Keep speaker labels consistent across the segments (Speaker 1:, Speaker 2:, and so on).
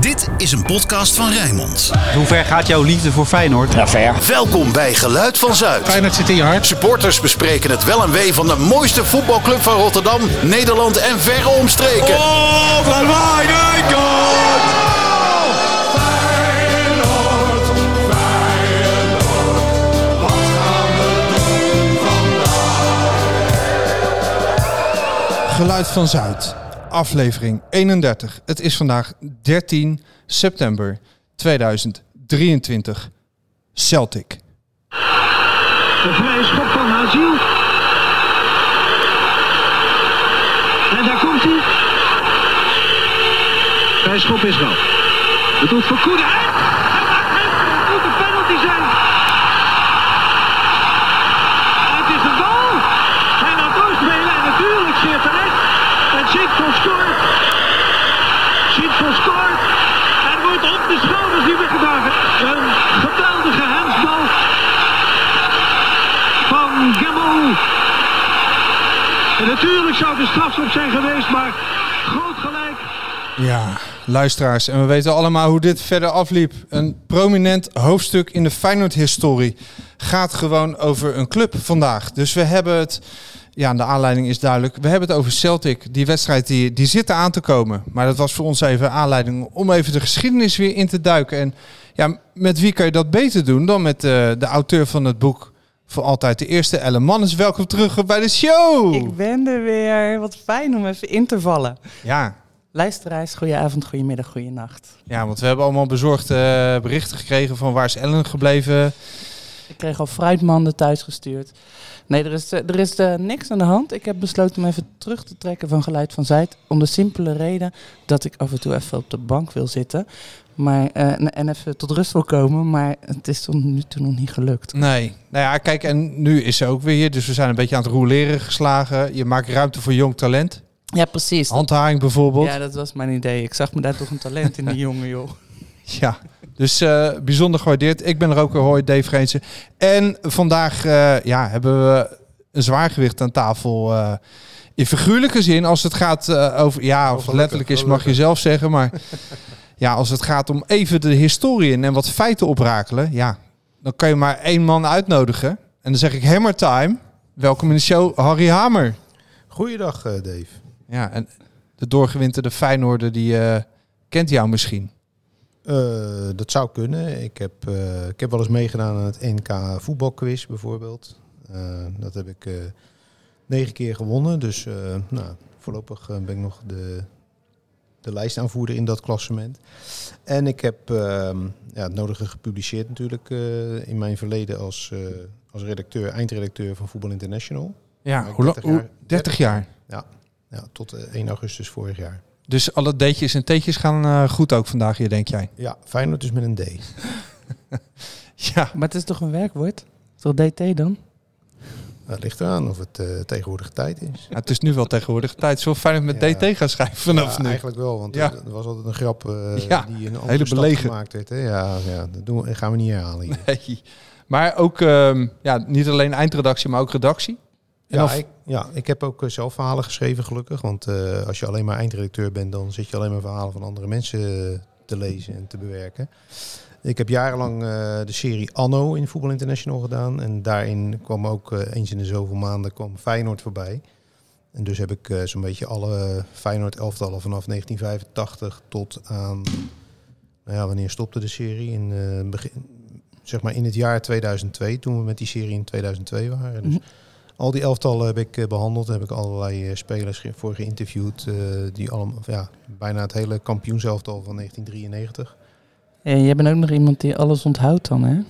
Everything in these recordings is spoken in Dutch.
Speaker 1: Dit is een podcast van Rijnmond.
Speaker 2: Hoe ver gaat jouw liefde voor Feyenoord?
Speaker 3: Ja, ver.
Speaker 1: Welkom bij Geluid van Zuid.
Speaker 4: Feyenoord zit in je hart.
Speaker 1: Supporters bespreken het wel en wee van de mooiste voetbalclub van Rotterdam, Nederland en verre omstreken.
Speaker 5: Oh, van mij, mijn god! Feyenoord, Feyenoord, wat gaan we doen vandaag?
Speaker 4: Geluid van Zuid, aflevering 31. Het is vandaag 13 september 2023. Celtic.
Speaker 6: De vrije schop van Hazil. En daar komt hij. Vrije schop is wel. Het doet voor Koenen. En, en, en, en, het moet een penalty zijn. En het is een goal. Hij laat doorspelen en natuurlijk zeer terecht. En Sintfos scoort. Sintfos scoort. En wordt op de schouders die weggedragen. Een geweldige handsbal van Gemmel. En natuurlijk zou de strafschop zijn geweest, maar groot gelijk.
Speaker 4: Ja, luisteraars, en we weten allemaal hoe dit verder afliep. Een prominent hoofdstuk in de Feyenoord-historie gaat gewoon over een club vandaag. Dus we hebben het, ja, de aanleiding is duidelijk. We hebben het over Celtic. Die wedstrijd die, die zit eraan te komen. Maar dat was voor ons even aanleiding om even de geschiedenis weer in te duiken. En ja, met wie kan je dat beter doen dan met eh, de auteur van het boek... Voor altijd de eerste Ellen Mannes. Welkom terug bij de show.
Speaker 7: Ik ben er weer. Wat fijn om even in te vallen.
Speaker 4: Ja,
Speaker 7: Luisteraars, goedenavond, goedemiddag, goeienacht.
Speaker 4: Ja, want we hebben allemaal bezorgd eh, berichten gekregen van waar is Ellen gebleven.
Speaker 7: Ik kreeg al fruitmanden thuis gestuurd. Nee, er is, eh, er is eh, niks aan de hand. Ik heb besloten om even terug te trekken van Geluid van Zuid. Om de simpele reden dat ik af en toe even op de bank wil zitten. Maar, eh, en- en even tot rust wil komen. Maar het is tot nu toe nog niet gelukt.
Speaker 4: Nee. Nou ja, kijk, en nu is ze ook weer hier. Dus we zijn een beetje aan het roeleren geslagen. Je maakt ruimte voor jong talent.
Speaker 7: Ja, precies.
Speaker 4: Handharing bijvoorbeeld.
Speaker 7: Ja,
Speaker 4: Ja.
Speaker 7: dat was mijn idee. Ik zag me daar toch een talent in die jongen, joh.
Speaker 4: Dus eh, bijzonder gewaardeerd. Ik ben er ook weer, hoi, Dave Geensen. En vandaag eh, ja, hebben we een zwaargewicht aan tafel. eh, in figuurlijke zin, als het gaat eh, over... Ja, of het letterlijk is, mag je zelf zeggen. Maar ja, als het gaat om even de historie in en wat feiten oprakelen... Ja, dan kan je maar één man uitnodigen. En dan zeg ik hammer time. Welkom in de show, Harry Hamer.
Speaker 8: Goeiedag, eh, Dave.
Speaker 4: Ja, en de doorgewinterde Feyenoorder, die eh, kent jou misschien.
Speaker 8: Eh, dat zou kunnen. Ik heb, eh, ik heb wel eens meegedaan aan het NK voetbalquiz bijvoorbeeld. Eh, dat heb ik eh, negen keer gewonnen. Dus eh, nou, voorlopig eh, ben ik nog de, de lijstaanvoerder in dat klassement. En ik heb ehm, ja, het nodige gepubliceerd natuurlijk eh, in mijn verleden als, eh, als redacteur, eindredacteur van Voetbal International.
Speaker 4: Ja,
Speaker 8: Ook
Speaker 4: hoe lang?
Speaker 8: 30
Speaker 4: hoe-
Speaker 8: jaar.
Speaker 4: 30 jaar.
Speaker 8: Ja, tot eh, 1 augustus vorig jaar.
Speaker 4: Dus alle deetjes en teetjes gaan eh, goed ook vandaag hier, denk jij?
Speaker 8: Ja, Feyenoord dus met een D.
Speaker 4: Ja,
Speaker 7: Maar het is toch een werkwoord? Toch DT dan?
Speaker 8: Dat ligt eraan of het eh, tegenwoordige tijd is.
Speaker 4: Ja, het is nu wel tegenwoordig tijd. Zo fijn met
Speaker 8: Ja.
Speaker 4: DT gaan schrijven vanaf
Speaker 8: ja,
Speaker 4: nu.
Speaker 8: Eigenlijk wel, want
Speaker 4: Ja.
Speaker 8: er er was altijd een grap eh,
Speaker 4: Ja,
Speaker 8: die in een
Speaker 4: hele
Speaker 8: andere stad
Speaker 4: belegen.
Speaker 8: gemaakt werd. Hè? Ja, ja, dat doen we, gaan we niet herhalen hier.
Speaker 4: Nee. Maar ook ehm, ja, niet alleen eindredactie, maar ook redactie. En
Speaker 8: Ja,
Speaker 4: of-
Speaker 8: ik, ja, ik heb ook eh, zelf verhalen geschreven gelukkig. Want eh, als je alleen maar eindredacteur bent, dan zit je alleen maar verhalen van andere mensen eh, te lezen en te bewerken. Ik heb jarenlang eh, de serie Anno in Voetbal International gedaan. En daarin kwam ook eh, eens in de zoveel maanden kwam Feyenoord voorbij. En dus heb ik eh, zo'n beetje alle Feyenoord elftallen vanaf 1985 tot aan... Nou ja, wanneer stopte de serie? In, eh, begin, zeg maar in het jaar 2002, toen we met die serie in 2002 waren.
Speaker 4: Mhm.
Speaker 8: Dus al die elftallen heb ik eh, behandeld. Daar heb ik allerlei eh, spelers ge- voor geïnterviewd. eh, die allemaal, of ja, bijna het hele kampioenselftal van 1993.
Speaker 7: En jij bent ook nog iemand die alles onthoudt dan, hè?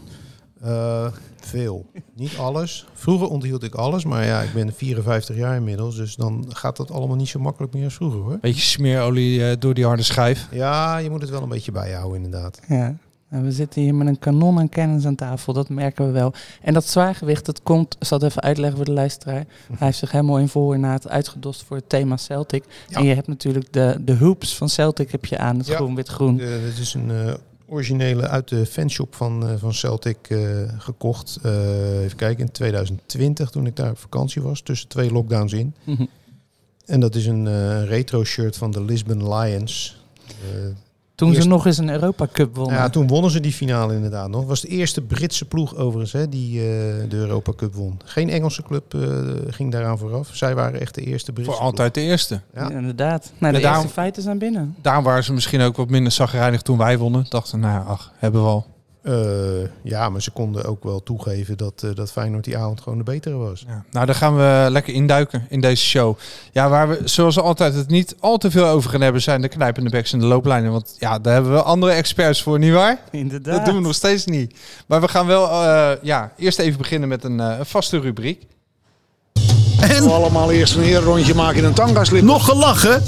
Speaker 8: Eh, veel. Niet alles. Vroeger onthield ik alles. Maar ja, ik ben 54 jaar inmiddels. Dus dan gaat dat allemaal niet zo makkelijk meer als vroeger hoor.
Speaker 4: Beetje smeerolie eh, door die harde schijf.
Speaker 8: Ja, je moet het wel een beetje bijhouden inderdaad.
Speaker 7: Ja. En we zitten hier met een kanon aan kennis aan tafel, dat merken we wel. En dat zwaargewicht, dat komt, ik zal het even uitleggen voor de luisteraar.
Speaker 4: Mhm.
Speaker 7: Hij heeft zich helemaal in voornaad uitgedost voor het thema Celtic.
Speaker 8: Ja.
Speaker 7: En je hebt natuurlijk de, de hoops van Celtic heb je aan, het
Speaker 8: Ja.
Speaker 7: groen, wit, groen.
Speaker 8: Eh, dit is een eh, originele uit de fanshop van, eh, van Celtic eh, gekocht. Eh, even kijken, in 2020 toen ik daar op vakantie was. Tussen twee lockdowns in.
Speaker 7: Mhm.
Speaker 8: En dat is een eh, retro shirt van de Lisbon Lions. Eh,
Speaker 7: Toen
Speaker 8: Eerst-
Speaker 7: ze nog eens een Europa Cup wonnen.
Speaker 8: Ja, toen wonnen ze die finale inderdaad nog. Was de eerste Britse ploeg overigens hè, die eh, de Europa Cup won. Geen Engelse club eh, ging daaraan vooraf. Zij waren echt de eerste Britse
Speaker 4: Voor altijd de eerste.
Speaker 8: Ja.
Speaker 7: Inderdaad. Nou, de
Speaker 4: Ja, daarom-
Speaker 7: eerste feiten zijn binnen.
Speaker 4: Daar waren ze misschien ook wat minder zagrijnig toen wij wonnen. Dachten, nou ja, ach, hebben we al.
Speaker 8: ploeg. Eh, ja, maar ze konden ook wel toegeven dat, eh, dat Feyenoord die avond gewoon de betere was.
Speaker 4: Ja. Nou, daar gaan we lekker induiken in deze show. Ja, waar we zoals altijd het niet al te veel over gaan hebben... zijn de knijpende backs en de looplijnen. Want ja, daar hebben we andere experts voor, nietwaar?
Speaker 7: Inderdaad.
Speaker 4: Dat doen we nog steeds niet. Maar we gaan wel eh, ja, eerst even beginnen met een eh, een vaste rubriek.
Speaker 1: En
Speaker 3: Allemaal eerst een rondje maken in een tangaslip.
Speaker 1: nog gelachen.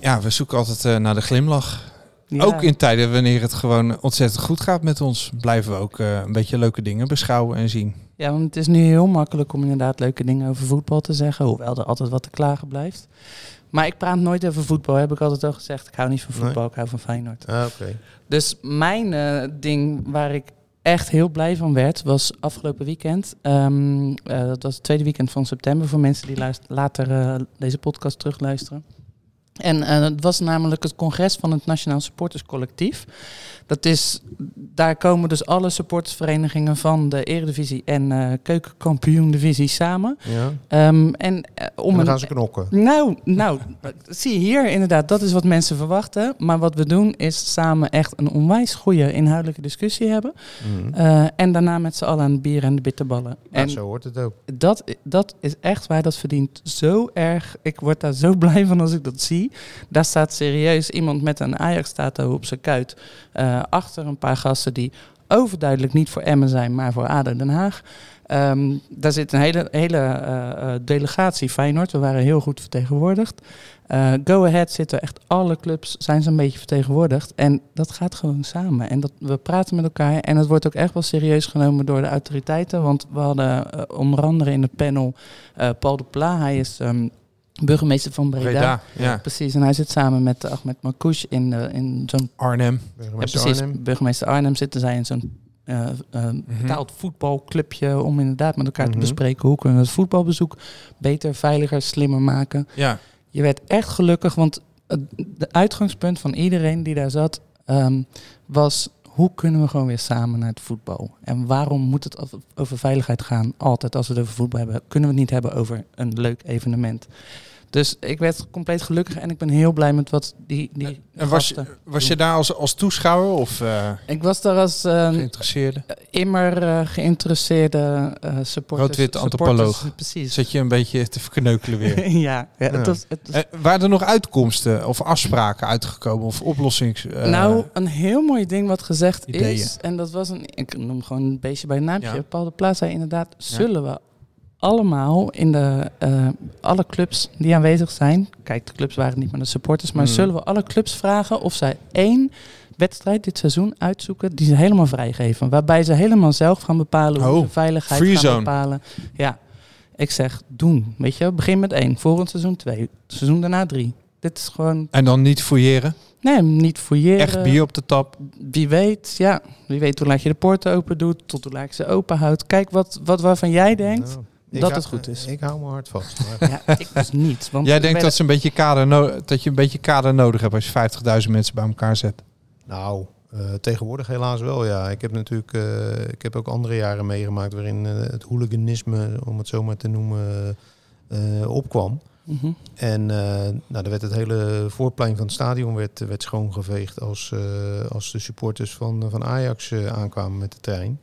Speaker 4: Ja, we zoeken altijd eh, naar de glimlach.
Speaker 7: Ja.
Speaker 4: Ook in tijden wanneer het gewoon ontzettend goed gaat met ons... blijven we ook eh, een beetje leuke dingen beschouwen en zien.
Speaker 7: Ja, want het is nu heel makkelijk om inderdaad leuke dingen over voetbal te zeggen. Hoewel er altijd wat te klagen blijft. Maar ik praat nooit over voetbal, heb ik altijd al gezegd. Ik hou niet van voetbal, ik hou van Feyenoord.
Speaker 8: Ah, oké.
Speaker 7: Dus mijn eh, ding waar ik echt heel blij van werd, was afgelopen weekend. Ehm, eh, dat was het tweede weekend van september voor mensen die luist- later eh, deze podcast terugluisteren. En eh, het was namelijk het congres van het Nationaal Supporterscollectief. Dat is, daar komen dus alle supportersverenigingen van de Eredivisie en eh Keukenkampioen-divisie samen.
Speaker 8: Ja. En
Speaker 7: Ehm, en, eh, om
Speaker 8: dan
Speaker 7: een-
Speaker 8: gaan ze knokken.
Speaker 7: nou, nou, zie je hier inderdaad, dat is wat mensen verwachten. Maar wat we doen is samen echt een onwijs goede inhoudelijke discussie hebben. Eh, en daarna met z'n allen aan het bier en de bitterballen.
Speaker 8: En
Speaker 7: en
Speaker 8: zo hoort het ook.
Speaker 7: dat, dat is echt waar dat verdient zo erg. Ik word daar zo blij van als ik dat zie. Daar staat serieus iemand met een Ajax-tato op zijn kuit. eh, achter een paar gasten die overduidelijk niet voor Emmen zijn, maar voor ADO Den Haag. Ehm, daar zit een hele, hele eh, eh, delegatie Feyenoord. We waren heel goed vertegenwoordigd. Eh, Go Ahead zitten echt alle clubs zijn zo'n beetje vertegenwoordigd. En dat gaat gewoon samen. En dat, we praten met elkaar. En het wordt ook echt wel serieus genomen door de autoriteiten. Want we hadden eh, onder andere in het panel eh, Paul de Pla. Hij is ehm, burgemeester van Breda.
Speaker 4: Breda, ja.
Speaker 7: Precies. En hij zit samen met Ahmed Marcouch in, eh, in zo'n
Speaker 4: Arnhem.
Speaker 8: Burgemeester
Speaker 7: ja, precies.
Speaker 8: Arnhem.
Speaker 7: Burgemeester Arnhem zitten zij in zo'n eh, eh, betaald voetbalclubje om inderdaad met elkaar
Speaker 8: Mhm.
Speaker 7: te bespreken hoe kunnen we het voetbalbezoek beter, veiliger, slimmer maken.
Speaker 4: Ja.
Speaker 7: Je werd echt gelukkig, want het de uitgangspunt van iedereen die daar zat ehm, was hoe kunnen we gewoon weer samen naar het voetbal? En waarom moet het over- over veiligheid gaan? Altijd als we het over voetbal hebben, kunnen we het niet hebben over een leuk evenement. Dus ik werd compleet gelukkig en ik ben heel blij met wat die, die
Speaker 4: En was,
Speaker 7: gasten
Speaker 4: je- was je
Speaker 7: doen.
Speaker 4: daar als, als toeschouwer of eh
Speaker 7: Ik was daar als eh,
Speaker 4: geïnteresseerde?
Speaker 7: immer eh, geïnteresseerde eh supporters.
Speaker 4: Rood-wit
Speaker 7: supporters-
Speaker 4: antropoloog.
Speaker 7: Precies.
Speaker 4: Zat je een beetje te verkneukelen weer?
Speaker 7: ja, ja, het was, het was-
Speaker 4: Eh, waren er nog uitkomsten of afspraken uitgekomen of oplossings? eh,
Speaker 7: nou, een heel mooi ding wat gezegd
Speaker 4: ideeën.
Speaker 7: is, en dat was een, ik noem gewoon een beestje bij een naamje.
Speaker 4: Ja.
Speaker 7: Paul de Plaats zei inderdaad, zullen we allemaal in de, eh, alle clubs die aanwezig zijn, kijk de clubs waren niet maar de supporters,
Speaker 4: Mm.
Speaker 7: maar zullen we alle clubs vragen of zij één wedstrijd dit seizoen uitzoeken die ze helemaal vrijgeven. Waarbij ze helemaal zelf gaan bepalen hoe
Speaker 4: Oh,
Speaker 7: ze veiligheid
Speaker 4: free
Speaker 7: gaan
Speaker 4: zone.
Speaker 7: bepalen. Ja, ik zeg doen. Weet je, begin met één, volgend seizoen twee, seizoen daarna drie. Dit is gewoon,
Speaker 4: en dan niet fouilleren?
Speaker 7: nee, niet fouilleren
Speaker 4: Echt bier op de tap?
Speaker 7: wie weet, ja, wie weet hoe laat je de poorten open doet, tot hoe laat je ze open houdt. Kijk wat, wat waarvan jij denkt.
Speaker 8: Nou,
Speaker 7: dat
Speaker 8: ik hou-
Speaker 7: het goed is.
Speaker 8: Ik hou me hard vast. Maar
Speaker 7: Ja, ik dus niet. Want
Speaker 4: Jij
Speaker 7: ik
Speaker 4: denkt
Speaker 7: ben-
Speaker 4: dat, ze een beetje kader no- dat je een beetje kader nodig hebt als je 50.000 mensen bij elkaar zet?
Speaker 8: Nou, eh, tegenwoordig helaas wel, ja. Ik heb natuurlijk eh, ik heb ook andere jaren meegemaakt waarin eh, het hooliganisme, om het zo maar te noemen, eh, opkwam.
Speaker 7: Mhm.
Speaker 8: En eh, nou, er werd het hele voorplein van het stadion werd, werd schoongeveegd als, eh, als de supporters van, van Ajax eh, aankwamen met de trein.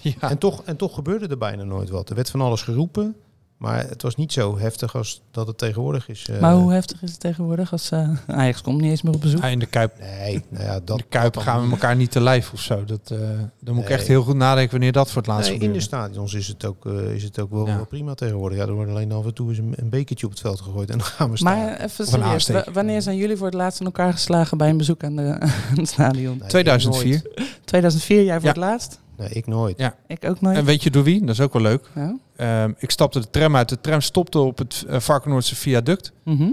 Speaker 4: Ja.
Speaker 7: Mhm.
Speaker 8: En, toch, en toch gebeurde er bijna nooit wat. Er werd van alles geroepen, maar het was niet zo heftig als dat het tegenwoordig is. eh.
Speaker 7: Maar hoe heftig is het tegenwoordig als eh, Ajax komt niet eens meer op bezoek?
Speaker 4: Ah, in de Kuip,
Speaker 8: Nee, nou ja,
Speaker 4: in
Speaker 8: dat,
Speaker 4: de kuip
Speaker 8: dat-
Speaker 4: gaan we elkaar niet te lijf of zo. Dat, eh, dan moet ik
Speaker 8: Nee.
Speaker 4: echt heel goed nadenken wanneer dat voor het laatst
Speaker 8: Nee, in
Speaker 4: gebeurde.
Speaker 8: de stadions is het ook, eh, is het ook wel,
Speaker 4: Ja.
Speaker 8: wel prima tegenwoordig. Ja, er wordt alleen af en toe eens een, een bekertje op het veld gegooid en dan gaan we staan.
Speaker 7: Maar even
Speaker 4: Of een
Speaker 7: serieus,
Speaker 4: aansteek.
Speaker 7: wa- wanneer zijn jullie voor het laatst in elkaar geslagen bij een bezoek aan, de, aan het stadion?
Speaker 8: Nee,
Speaker 4: 2004.
Speaker 8: Ik nooit.
Speaker 7: 2004, jij voor
Speaker 4: Ja.
Speaker 7: het laatst?
Speaker 8: Nee, ik nooit.
Speaker 4: Ja.
Speaker 7: Ik ook nooit.
Speaker 4: En weet je door wie? Dat is ook wel leuk.
Speaker 7: Nou,
Speaker 4: Ehm, ik stapte de tram uit. De tram stopte op het eh, Varkenoordse viaduct.
Speaker 7: mhm.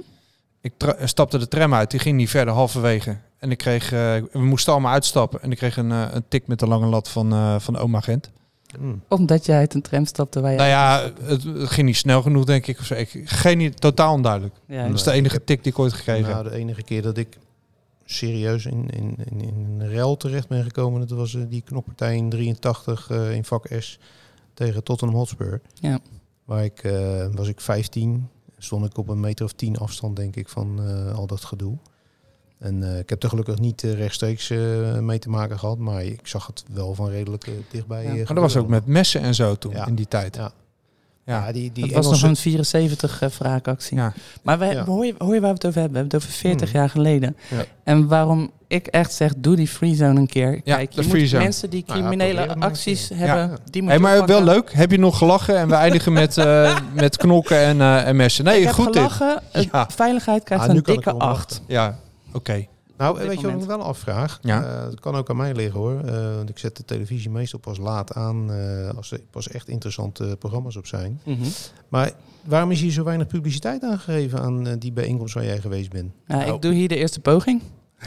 Speaker 4: Ik tra- eh, stapte de tram uit. Die ging niet verder, halverwege. En ik kreeg, eh, we moesten allemaal uitstappen. En ik kreeg een, eh, een tik met de lange lat van, eh van oma Gent.
Speaker 8: Hm.
Speaker 7: Omdat jij uit een tram stapte waar je...
Speaker 4: Nou ja, het, het ging niet snel genoeg, denk ik. Of zo. ik geen, idee, totaal onduidelijk.
Speaker 7: Ja,
Speaker 4: Dat is de enige tik die ik ooit gekregen heb.
Speaker 8: Nou, de enige keer dat ik serieus in, in, in, in een rel terecht ben gekomen. Dat was eh, die knokpartij in 83 eh, in vak S tegen Tottenham Hotspur.
Speaker 7: Ja.
Speaker 8: Waar ik, eh, was ik 15, stond ik op een meter of 10 afstand denk ik van eh, al dat gedoe. En eh, ik heb er gelukkig niet eh, rechtstreeks eh, mee te maken gehad, maar ik zag het wel van redelijk eh, dichtbij.
Speaker 7: Ja.
Speaker 8: eh,
Speaker 7: Maar
Speaker 4: Maar dat was ook
Speaker 8: gebeuren.
Speaker 4: met messen en zo toen,
Speaker 8: Ja.
Speaker 4: in die tijd.
Speaker 8: Ja.
Speaker 4: Ja.
Speaker 8: Ja, die, die
Speaker 7: Dat was
Speaker 8: Engelse-
Speaker 7: nog een 74 eh, wraakactie.
Speaker 4: Ja. Hmm.
Speaker 7: Maar we,
Speaker 8: Ja.
Speaker 7: hoor, je, hoor je waar we het over hebben? We hebben het over 40 jaar geleden.
Speaker 8: Ja.
Speaker 7: En waarom ik echt zeg, doe die free zone een keer.
Speaker 4: Ja,
Speaker 7: Kijk,
Speaker 4: de
Speaker 7: je moet
Speaker 4: free zone.
Speaker 7: mensen die
Speaker 8: Nou ja,
Speaker 7: criminele
Speaker 8: probeer het maar
Speaker 7: acties
Speaker 8: een
Speaker 7: hebben,
Speaker 8: Ja.
Speaker 7: die moet
Speaker 4: Hey,
Speaker 7: je
Speaker 4: maar wel
Speaker 7: oppakken.
Speaker 4: leuk. Heb je nog gelachen? En we eindigen met, eh, met knokken en, eh, en messen. Nee,
Speaker 7: Ik heb
Speaker 4: goed dit.
Speaker 7: gelachen. Het-
Speaker 4: Ja.
Speaker 7: Veiligheid krijgt
Speaker 8: Ah, nu
Speaker 7: een
Speaker 8: kan ik
Speaker 7: dikke
Speaker 8: erom
Speaker 7: 8.
Speaker 4: Ja, oké.
Speaker 8: Nou,
Speaker 7: dit
Speaker 8: weet je wat ik
Speaker 7: moment.
Speaker 8: wel afvraag?
Speaker 4: Ja.
Speaker 8: Eh, dat kan ook aan mij liggen hoor. Eh, want ik zet de televisie meestal pas laat aan eh, als er pas echt interessante programma's op zijn.
Speaker 7: Mhm.
Speaker 8: Maar waarom is hier zo weinig publiciteit aangegeven aan eh, die bijeenkomst waar jij geweest bent?
Speaker 7: Nou,
Speaker 8: Nou,
Speaker 7: ik doe hier de eerste poging.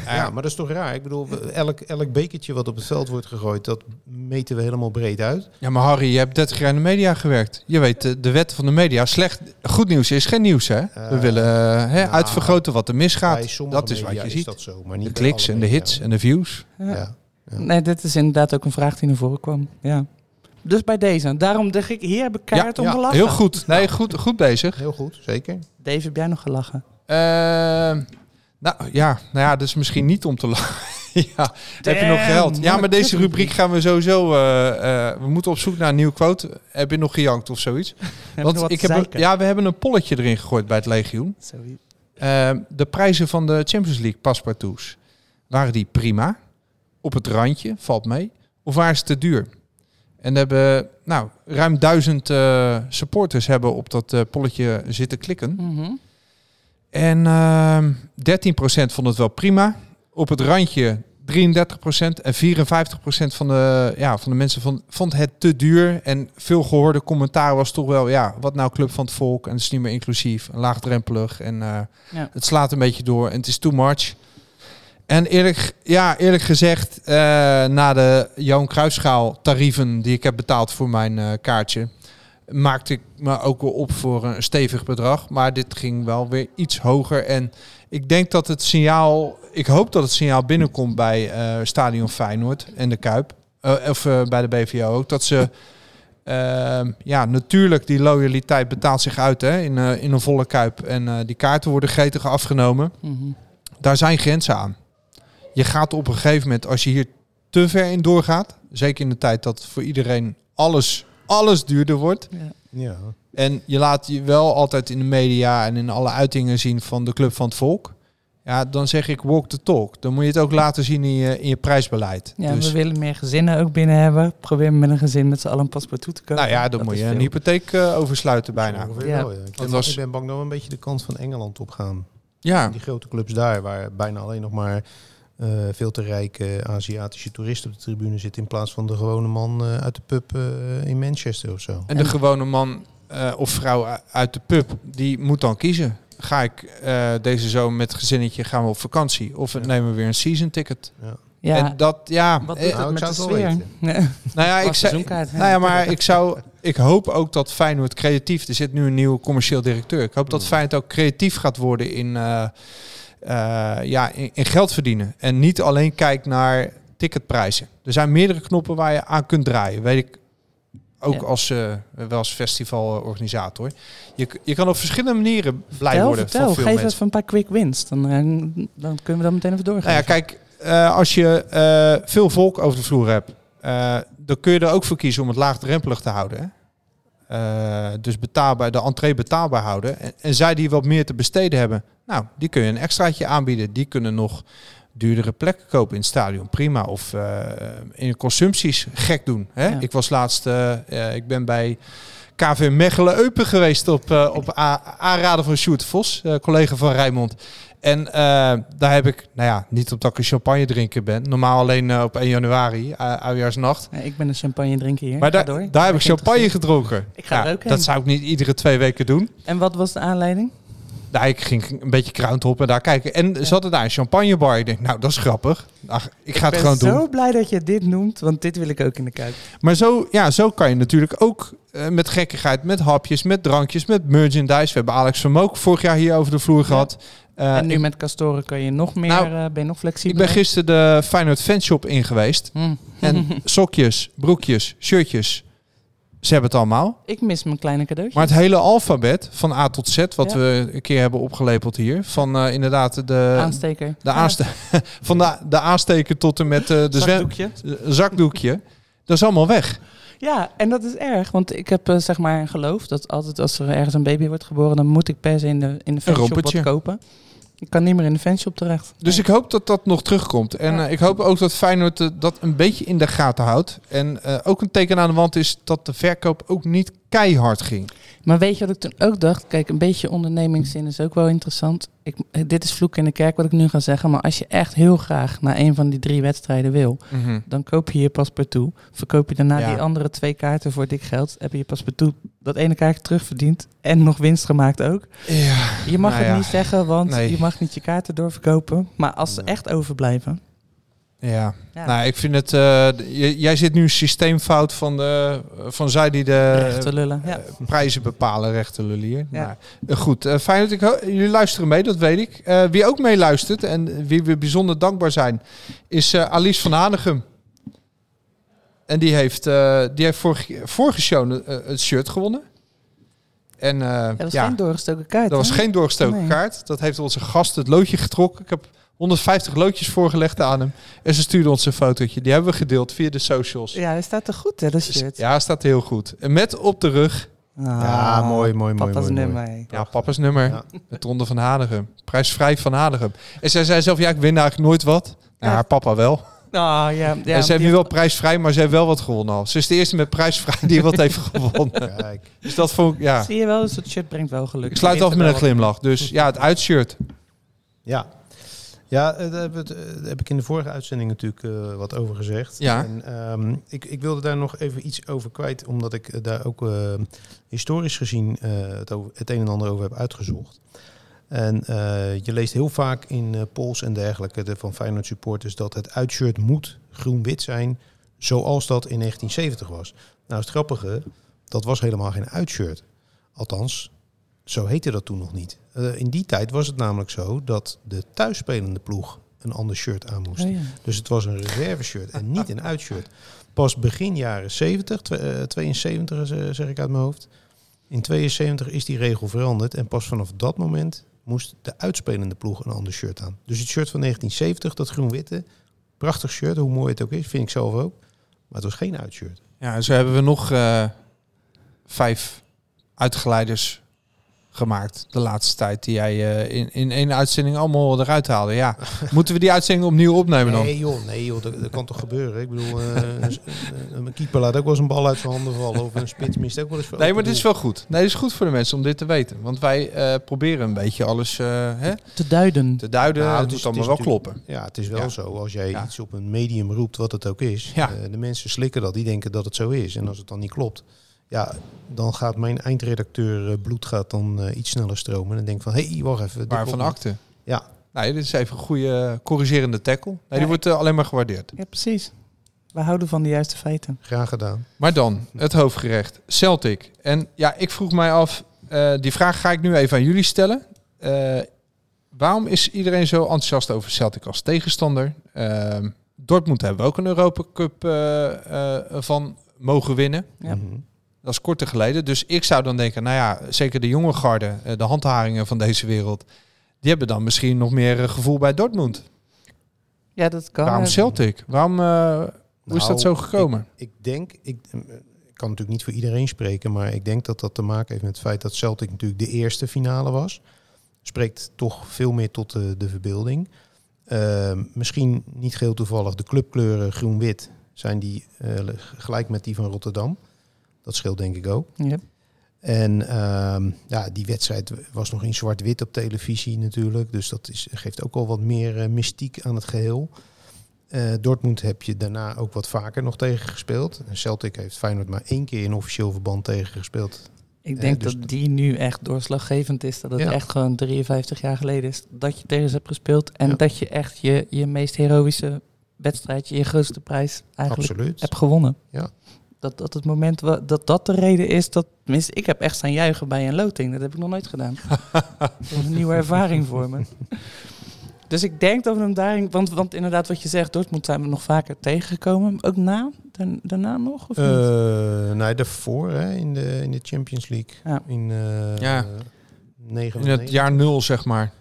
Speaker 8: ja, maar dat is toch raar? Ik bedoel, we- elk, elk bekertje wat op het veld wordt gegooid, dat meten we helemaal breed uit.
Speaker 4: Ja, maar Harry, je hebt 30 jaar in de media gewerkt. Je weet eh, de, de wetten van de media. Slecht, goed nieuws is geen nieuws, hè? We
Speaker 8: Eh,
Speaker 4: willen eh, hè,
Speaker 8: nou,
Speaker 4: uitvergroten wat er
Speaker 8: Bij
Speaker 4: misgaat.
Speaker 8: sommige
Speaker 4: Dat is wat
Speaker 8: media
Speaker 4: je ziet.
Speaker 8: dat zo, maar niet
Speaker 4: De
Speaker 8: bij
Speaker 4: kliks
Speaker 8: alle
Speaker 4: en de
Speaker 8: media.
Speaker 4: hits en de views.
Speaker 7: Ja.
Speaker 8: Ja.
Speaker 7: Nee, dit is inderdaad ook een vraag die naar voren kwam. Ja. Dus bij deze. Daarom dacht ik, hier heb ik keihard om gelachen.
Speaker 4: heel goed. Nee, goed, goed bezig.
Speaker 8: Heel goed, zeker.
Speaker 7: Dave, heb jij nog gelachen?
Speaker 4: Ehm, nou ja, nou ja, dus misschien niet om te lachen. ja, heb je nog
Speaker 7: Damn,
Speaker 4: geld? Ja,
Speaker 7: wat
Speaker 4: maar
Speaker 7: een
Speaker 4: deze
Speaker 7: kutrubriek.
Speaker 4: rubriek gaan we sowieso. eh, eh, we moeten op zoek naar een nieuwe quote. Heb je nog gejankt of zoiets?
Speaker 7: je nog wat
Speaker 4: ik
Speaker 7: te
Speaker 4: heb, een-
Speaker 7: zeiken?
Speaker 4: ja, we hebben een polletje erin gegooid bij het legioen.
Speaker 7: Sorry.
Speaker 4: Ehm, de prijzen van de Champions League paspartouts waren die prima, op het randje, valt mee, of waren ze te duur? En daar hebben nou ruim duizend eh, supporters hebben op dat eh, polletje zitten klikken.
Speaker 7: Mhm.
Speaker 4: En ehm 13% vond het wel prima. Op het randje 33% en 54% van de, ja, van de mensen vond, vond het te duur. En veel gehoorde commentaar was toch wel, ja, wat nou Club van het Volk? En het is niet meer inclusief en laagdrempelig. En eh,
Speaker 7: Ja.
Speaker 4: het slaat een beetje door en het is too much. En eerlijk, ja, eerlijk gezegd, eh, na de Johan Cruijffschaal tarieven die ik heb betaald voor mijn eh, kaartje, maakte ik me ook wel op voor een stevig bedrag. Maar dit ging wel weer iets hoger. En ik denk dat het signaal, ik hoop dat het signaal binnenkomt bij eh, Stadion Feyenoord en de Kuip. Eh, of eh, bij de BVO ook. Dat ze, eh, ja, natuurlijk die loyaliteit betaalt zich uit hè, in, eh, in een volle Kuip. En eh, die kaarten worden gretig afgenomen.
Speaker 7: Mhm.
Speaker 4: Daar zijn grenzen aan. Je gaat op een gegeven moment, als je hier te ver in doorgaat, zeker in de tijd dat voor iedereen alles, alles duurder wordt,
Speaker 8: Ja.
Speaker 4: en je laat je wel altijd in de media en in alle uitingen zien van de Club van het Volk. Ja, dan zeg ik walk the talk. Dan moet je het ook laten zien in je, in je prijsbeleid.
Speaker 7: Ja,
Speaker 4: dus,
Speaker 7: we willen meer gezinnen ook binnen hebben. Probeer met een gezin met z'n allen een paspoort te komen.
Speaker 4: nou ja, dan moet je een hypotheek eh, oversluiten bijna.
Speaker 8: Ongeveer
Speaker 7: Ja.
Speaker 8: wel, ja. Ik,
Speaker 4: Dat
Speaker 8: ben,
Speaker 4: was-
Speaker 8: ik ben bang dat we een beetje de kant van Engeland op gaan.
Speaker 4: Ja,
Speaker 8: Die grote clubs daar, waar bijna alleen nog maar eh, veel te rijke Aziatische toeristen op de tribune zitten. In plaats van de gewone man eh, uit de pub eh, in Manchester of zo.
Speaker 4: en de gewone man eh, of vrouw u- uit de pub, die moet dan kiezen. Ga ik eh, deze zomer met het gezinnetje gaan we op vakantie? Of nemen we weer een season ticket?
Speaker 7: Ja,
Speaker 4: En dat, ja,
Speaker 7: wat
Speaker 4: eh,
Speaker 7: doet
Speaker 8: nou,
Speaker 7: dat
Speaker 8: ik
Speaker 7: met de
Speaker 8: zou het wel
Speaker 7: sfeer? Nee.
Speaker 4: Nou ja, ik
Speaker 7: Pas
Speaker 4: zei,
Speaker 7: seizoenkaart, hè?
Speaker 4: nou ja, maar ik zou, ik hoop ook dat Feyenoord creatief. Er zit nu een nieuwe commercieel directeur. Ik hoop
Speaker 7: Mm.
Speaker 4: dat Feyenoord ook creatief gaat worden in, eh, eh, ja, in, in geld verdienen en niet alleen kijkt naar ticketprijzen. Er zijn meerdere knoppen waar je aan kunt draaien. Weet ik ook
Speaker 7: Ja.
Speaker 4: als eh, wel als festivalorganisator. Je, k- je kan op verschillende manieren blij
Speaker 7: Vertel,
Speaker 4: worden
Speaker 7: vertel.
Speaker 4: van veel
Speaker 7: Geef
Speaker 4: mensen.
Speaker 7: even een paar quick wins. Dan, eh, dan kunnen we daar meteen even doorgaan.
Speaker 4: Nou ja, kijk, eh, als je eh, veel volk over de vloer hebt, eh, dan kun je er ook voor kiezen om het laagdrempelig te houden. Hè? Eh, dus betaalbaar, de entree betaalbaar houden. En, en zij die wat meer te besteden hebben, nou, die kun je een extraatje aanbieden. Die kunnen nog duurdere plekken kopen in het stadion. Prima. Of eh, in consumpties gek doen. Hè?
Speaker 7: Ja.
Speaker 4: Ik was laatst, eh, eh, ik ben bij KV Mechelen-Eupen geweest op, eh, op a- aanraden van Sjoerd Vos, eh, collega van Rijnmond. En eh, daar heb ik, nou ja, niet omdat ik een champagne drinker ben. Normaal alleen eh, op 1 januari, eh, oudjaarsnacht.
Speaker 7: Nee, ik ben een champagne drinken hier.
Speaker 4: Maar
Speaker 7: Ga
Speaker 4: daar,
Speaker 7: door. Ik
Speaker 4: daar heb
Speaker 7: ben
Speaker 4: ik champagne
Speaker 7: geïnteresseerd.
Speaker 4: gedronken.
Speaker 7: Ik ga er ook heen.
Speaker 4: Dat zou ik niet iedere twee weken doen.
Speaker 7: En wat was de aanleiding?
Speaker 4: Nou, ik ging een beetje kruintop en daar kijken. En ze hadden daar een champagnebar. Ik denk, nou, dat is grappig. Ach, ik, ga het
Speaker 7: ben
Speaker 4: gewoon doen.
Speaker 7: zo blij dat je dit noemt, want dit wil ik ook in de kuip.
Speaker 4: Maar zo, ja, zo kan je natuurlijk ook eh, met gekkigheid, met hapjes, met drankjes, met merchandise. We hebben Alex Vermook vorig jaar hier over de vloer gehad. Eh, Eh,
Speaker 7: en nu
Speaker 4: ik,
Speaker 7: met Castoren kan je nog meer,
Speaker 4: Nou,
Speaker 7: eh, ben je nog
Speaker 4: ik
Speaker 7: flexibeler.
Speaker 4: ben gisteren de Feyenoord fanshop in geweest.
Speaker 7: Hmm.
Speaker 4: En sokjes, broekjes, shirtjes, ze hebben het allemaal.
Speaker 7: Ik mis mijn kleine cadeautje.
Speaker 4: Maar het hele alfabet van A tot Z, wat
Speaker 7: Ja.
Speaker 4: we een keer hebben opgelepeld hier, van eh, inderdaad de,
Speaker 7: Aansteker.
Speaker 4: de, aanste van de, de aansteker tot en met eh, de
Speaker 7: Ja,
Speaker 4: zwem,
Speaker 7: zakdoekje.
Speaker 4: zakdoekje, dat is allemaal weg.
Speaker 7: Ja, en dat is erg. Want ik heb eh, zeg maar een geloof dat altijd als er ergens een baby wordt geboren, dan moet ik per se in de, in de fanshop
Speaker 4: rompertje.
Speaker 7: wat kopen. Ik kan niet meer in de fanshop terecht.
Speaker 4: Dus ik hoop dat dat nog terugkomt. En
Speaker 7: Ja.
Speaker 4: eh, ik hoop ook dat Feyenoord eh, dat een beetje in de gaten houdt. En eh, ook een teken aan de wand is dat de verkoop ook niet keihard ging.
Speaker 7: Maar weet je wat ik toen ook dacht? Kijk, een beetje ondernemingszin is ook wel interessant. Ik, eh, dit is vloek in de kerk wat ik nu ga zeggen. Maar als je echt heel graag naar een van die drie wedstrijden wil, dan koop je je paspartout. Verkoop je daarna
Speaker 4: Ja.
Speaker 7: die andere twee kaarten voor dik geld. Heb je je paspartout dat ene kaartje terugverdiend en nog winst gemaakt ook.
Speaker 4: Ja.
Speaker 7: Je mag
Speaker 4: Nou
Speaker 7: het
Speaker 4: ja.
Speaker 7: niet zeggen, want
Speaker 4: Nee.
Speaker 7: je mag niet je kaarten doorverkopen. Maar als ze echt overblijven.
Speaker 4: Ja.
Speaker 7: Ja.
Speaker 4: Nou, ik vind het. eh, j- jij zit nu een systeemfout van, de, van zij die
Speaker 7: Echt
Speaker 4: de
Speaker 7: te lullen. Ja.
Speaker 4: eh, prijzen bepalen, rechte lullier.
Speaker 7: Ja.
Speaker 4: Maar, eh, goed, eh, fijn dat ik ho- jullie luisteren mee, dat weet ik. Eh, wie ook meeluistert en wie we bijzonder dankbaar zijn, is eh, Alice van Hanegem. En die heeft, eh, die heeft vorige, vorige show eh, het shirt gewonnen. En eh,
Speaker 7: Ja, dat is
Speaker 4: ja,
Speaker 7: geen doorgestoken kaart.
Speaker 4: dat was
Speaker 7: hè?
Speaker 4: geen doorgestoken
Speaker 7: Nee.
Speaker 4: kaart. Dat heeft onze gast het loodje getrokken. Ik heb 150 loodjes voorgelegd aan hem. En ze stuurde ons een fotootje. Die hebben we gedeeld via de socials.
Speaker 7: Ja, hij staat er goed, hè, dat shirt.
Speaker 4: Ja, staat heel goed. En met op de rug.
Speaker 7: Ah,
Speaker 8: Ja, mooi, mooi, mooi.
Speaker 7: Papa's
Speaker 8: mooi, mooi.
Speaker 7: nummer. hè.
Speaker 4: Ja, papa's nummer.
Speaker 8: Ja.
Speaker 4: Het ronde van Hanegem. Prijsvrij van Hanegem. En zij zei zelf, ja, ik win eigenlijk nooit wat. Nou, haar papa wel.
Speaker 7: Ah, ja, ja,
Speaker 4: en ze heeft
Speaker 7: die-
Speaker 4: nu wel prijsvrij, maar ze heeft wel wat gewonnen al. Ze is de eerste met prijsvrij die wat heeft gewonnen.
Speaker 8: Kijk,
Speaker 4: Dus dat vond ik, ja.
Speaker 7: Zie je wel, dus dat shirt brengt wel geluk.
Speaker 4: Ik sluit
Speaker 7: Je
Speaker 4: af
Speaker 7: wint
Speaker 4: met
Speaker 7: er
Speaker 4: een
Speaker 7: wel wat.
Speaker 4: glimlach. Dus ja, het uitshirt.
Speaker 8: ja. Ja, eh, daar heb, het, eh, daar heb ik in de vorige uitzending natuurlijk eh, wat over gezegd.
Speaker 4: Ja.
Speaker 8: En, ehm, ik, ik wilde daar nog even iets over kwijt, omdat ik eh, daar ook eh, historisch gezien eh, het, over, het een en ander over heb uitgezocht. En eh, je leest heel vaak in eh, polls en dergelijke de, van Feyenoord supporters dat het uitshirt moet groen-wit zijn, zoals dat in 1970 was. Nou, is het grappige, dat was helemaal geen uitshirt. Althans, zo heette dat toen nog niet. Eh, in die tijd was het namelijk zo dat de thuisspelende ploeg een ander shirt aan moest.
Speaker 7: Oh, ja.
Speaker 8: Dus het was een reserveshirt en niet een uitshirt. Pas begin jaren 70, tw- eh, 72 z- zeg ik uit mijn hoofd. In 72 is die regel veranderd en pas vanaf dat moment moest de uitspelende ploeg een ander shirt aan. Dus het shirt van 1970, dat groen-witte, prachtig shirt, hoe mooi het ook is, vind ik zelf ook. Maar het was geen uitshirt.
Speaker 4: Ja, en zo hebben we nog eh, vijf uitgeleiders gemaakt de laatste tijd. Die jij eh, in, in één uitzending allemaal eruit haalde. Ja, moeten we die uitzending opnieuw opnemen dan?
Speaker 8: Nee joh, nee joh, dat, dat kan toch gebeuren. Ik bedoel, eh, een, een- een keeper laat ook wel eens een bal uit zijn handen vallen of een spits mist ook wel eens. voor
Speaker 4: Nee,
Speaker 8: open
Speaker 4: maar dit is
Speaker 8: doel.
Speaker 4: wel goed. Nee, dit is goed voor de mensen om dit te weten. Want wij eh, proberen een beetje alles eh, hè,
Speaker 7: Te duiden.
Speaker 4: te duiden.
Speaker 8: Nou,
Speaker 4: het moet allemaal wel
Speaker 8: natuurlijk-
Speaker 4: kloppen.
Speaker 8: Ja, het is wel
Speaker 4: Ja.
Speaker 8: zo. Als jij
Speaker 4: Ja.
Speaker 8: iets op een medium roept, wat het ook is,
Speaker 4: Ja.
Speaker 8: eh, de mensen slikken dat. Die denken dat het zo is. En als het dan niet klopt, ja, dan gaat mijn eindredacteur eh, bloed gaat dan eh, iets sneller stromen. En denkt van, hé, hey, wacht even. dit
Speaker 4: Maar
Speaker 8: klopt
Speaker 4: van
Speaker 8: niet.
Speaker 4: akte.
Speaker 8: Ja,
Speaker 4: Nee, dit is even een goede eh, corrigerende tackle. Nee, die
Speaker 7: Ja,
Speaker 4: wordt eh, alleen maar gewaardeerd.
Speaker 7: Ja, precies. We houden van de juiste feiten.
Speaker 8: graag gedaan.
Speaker 4: Maar dan, het hoofdgerecht, Celtic. En ja, ik vroeg mij af, eh, die vraag ga ik nu even aan jullie stellen. Eh, waarom is iedereen zo enthousiast over Celtic als tegenstander? Ehm, Dortmund hebben we ook een Europa Cup eh, eh, van mogen winnen.
Speaker 7: Ja.
Speaker 8: Mhm.
Speaker 4: Dat is korter geleden. Dus ik zou dan denken, nou ja, zeker de jonge garde, eh, de handharingen van deze wereld, die hebben dan misschien nog meer eh, gevoel bij Dortmund.
Speaker 7: Ja, dat kan.
Speaker 4: Waarom
Speaker 7: Eh,
Speaker 4: Celtic? Waarom, eh, hoe is
Speaker 8: Nou,
Speaker 4: dat zo gekomen?
Speaker 8: Ik, ik denk, ik, eh, ik kan natuurlijk niet voor iedereen spreken, maar ik denk dat dat te maken heeft met het feit dat Celtic natuurlijk de eerste finale was. Spreekt toch veel meer tot de, de verbeelding. Eh, misschien niet geheel toevallig, de clubkleuren groen-wit zijn die eh, gelijk met die van Rotterdam. Dat scheelt denk ik ook.
Speaker 7: Ja.
Speaker 8: En ehm, ja, die wedstrijd was nog in zwart-wit op televisie natuurlijk. Dus dat is, geeft ook al wat meer eh, mystiek aan het geheel. Eh, Dortmund heb je daarna ook wat vaker nog tegen gespeeld. En Celtic heeft Feyenoord maar één keer in officieel verband tegen gespeeld.
Speaker 7: Ik denk
Speaker 8: Eh, dus-
Speaker 7: dat die nu echt doorslaggevend is. Dat het
Speaker 8: Ja.
Speaker 7: echt gewoon 53 jaar geleden is dat je tegen ze hebt gespeeld. En
Speaker 8: Ja.
Speaker 7: dat je echt je, je meest heroïsche wedstrijdje, je grootste prijs eigenlijk
Speaker 8: Absoluut.
Speaker 7: hebt gewonnen.
Speaker 8: Dus Ja.
Speaker 7: Dat dat het moment wa- dat dat de reden is dat. Tenminste, ik heb echt staan juichen bij een loting. Dat heb ik nog nooit gedaan. dat was een nieuwe ervaring voor me. Dus ik denk dat we hem daarin. Want, want inderdaad, wat je zegt, Dortmund zijn we nog vaker tegengekomen. Ook na? Daar- daarna nog? Of niet?
Speaker 8: Eh, nee, daarvoor hè, in, de, in de Champions League.
Speaker 7: Ja.
Speaker 8: In, eh
Speaker 4: Ja.
Speaker 8: 9
Speaker 4: In het jaar nul, zeg maar.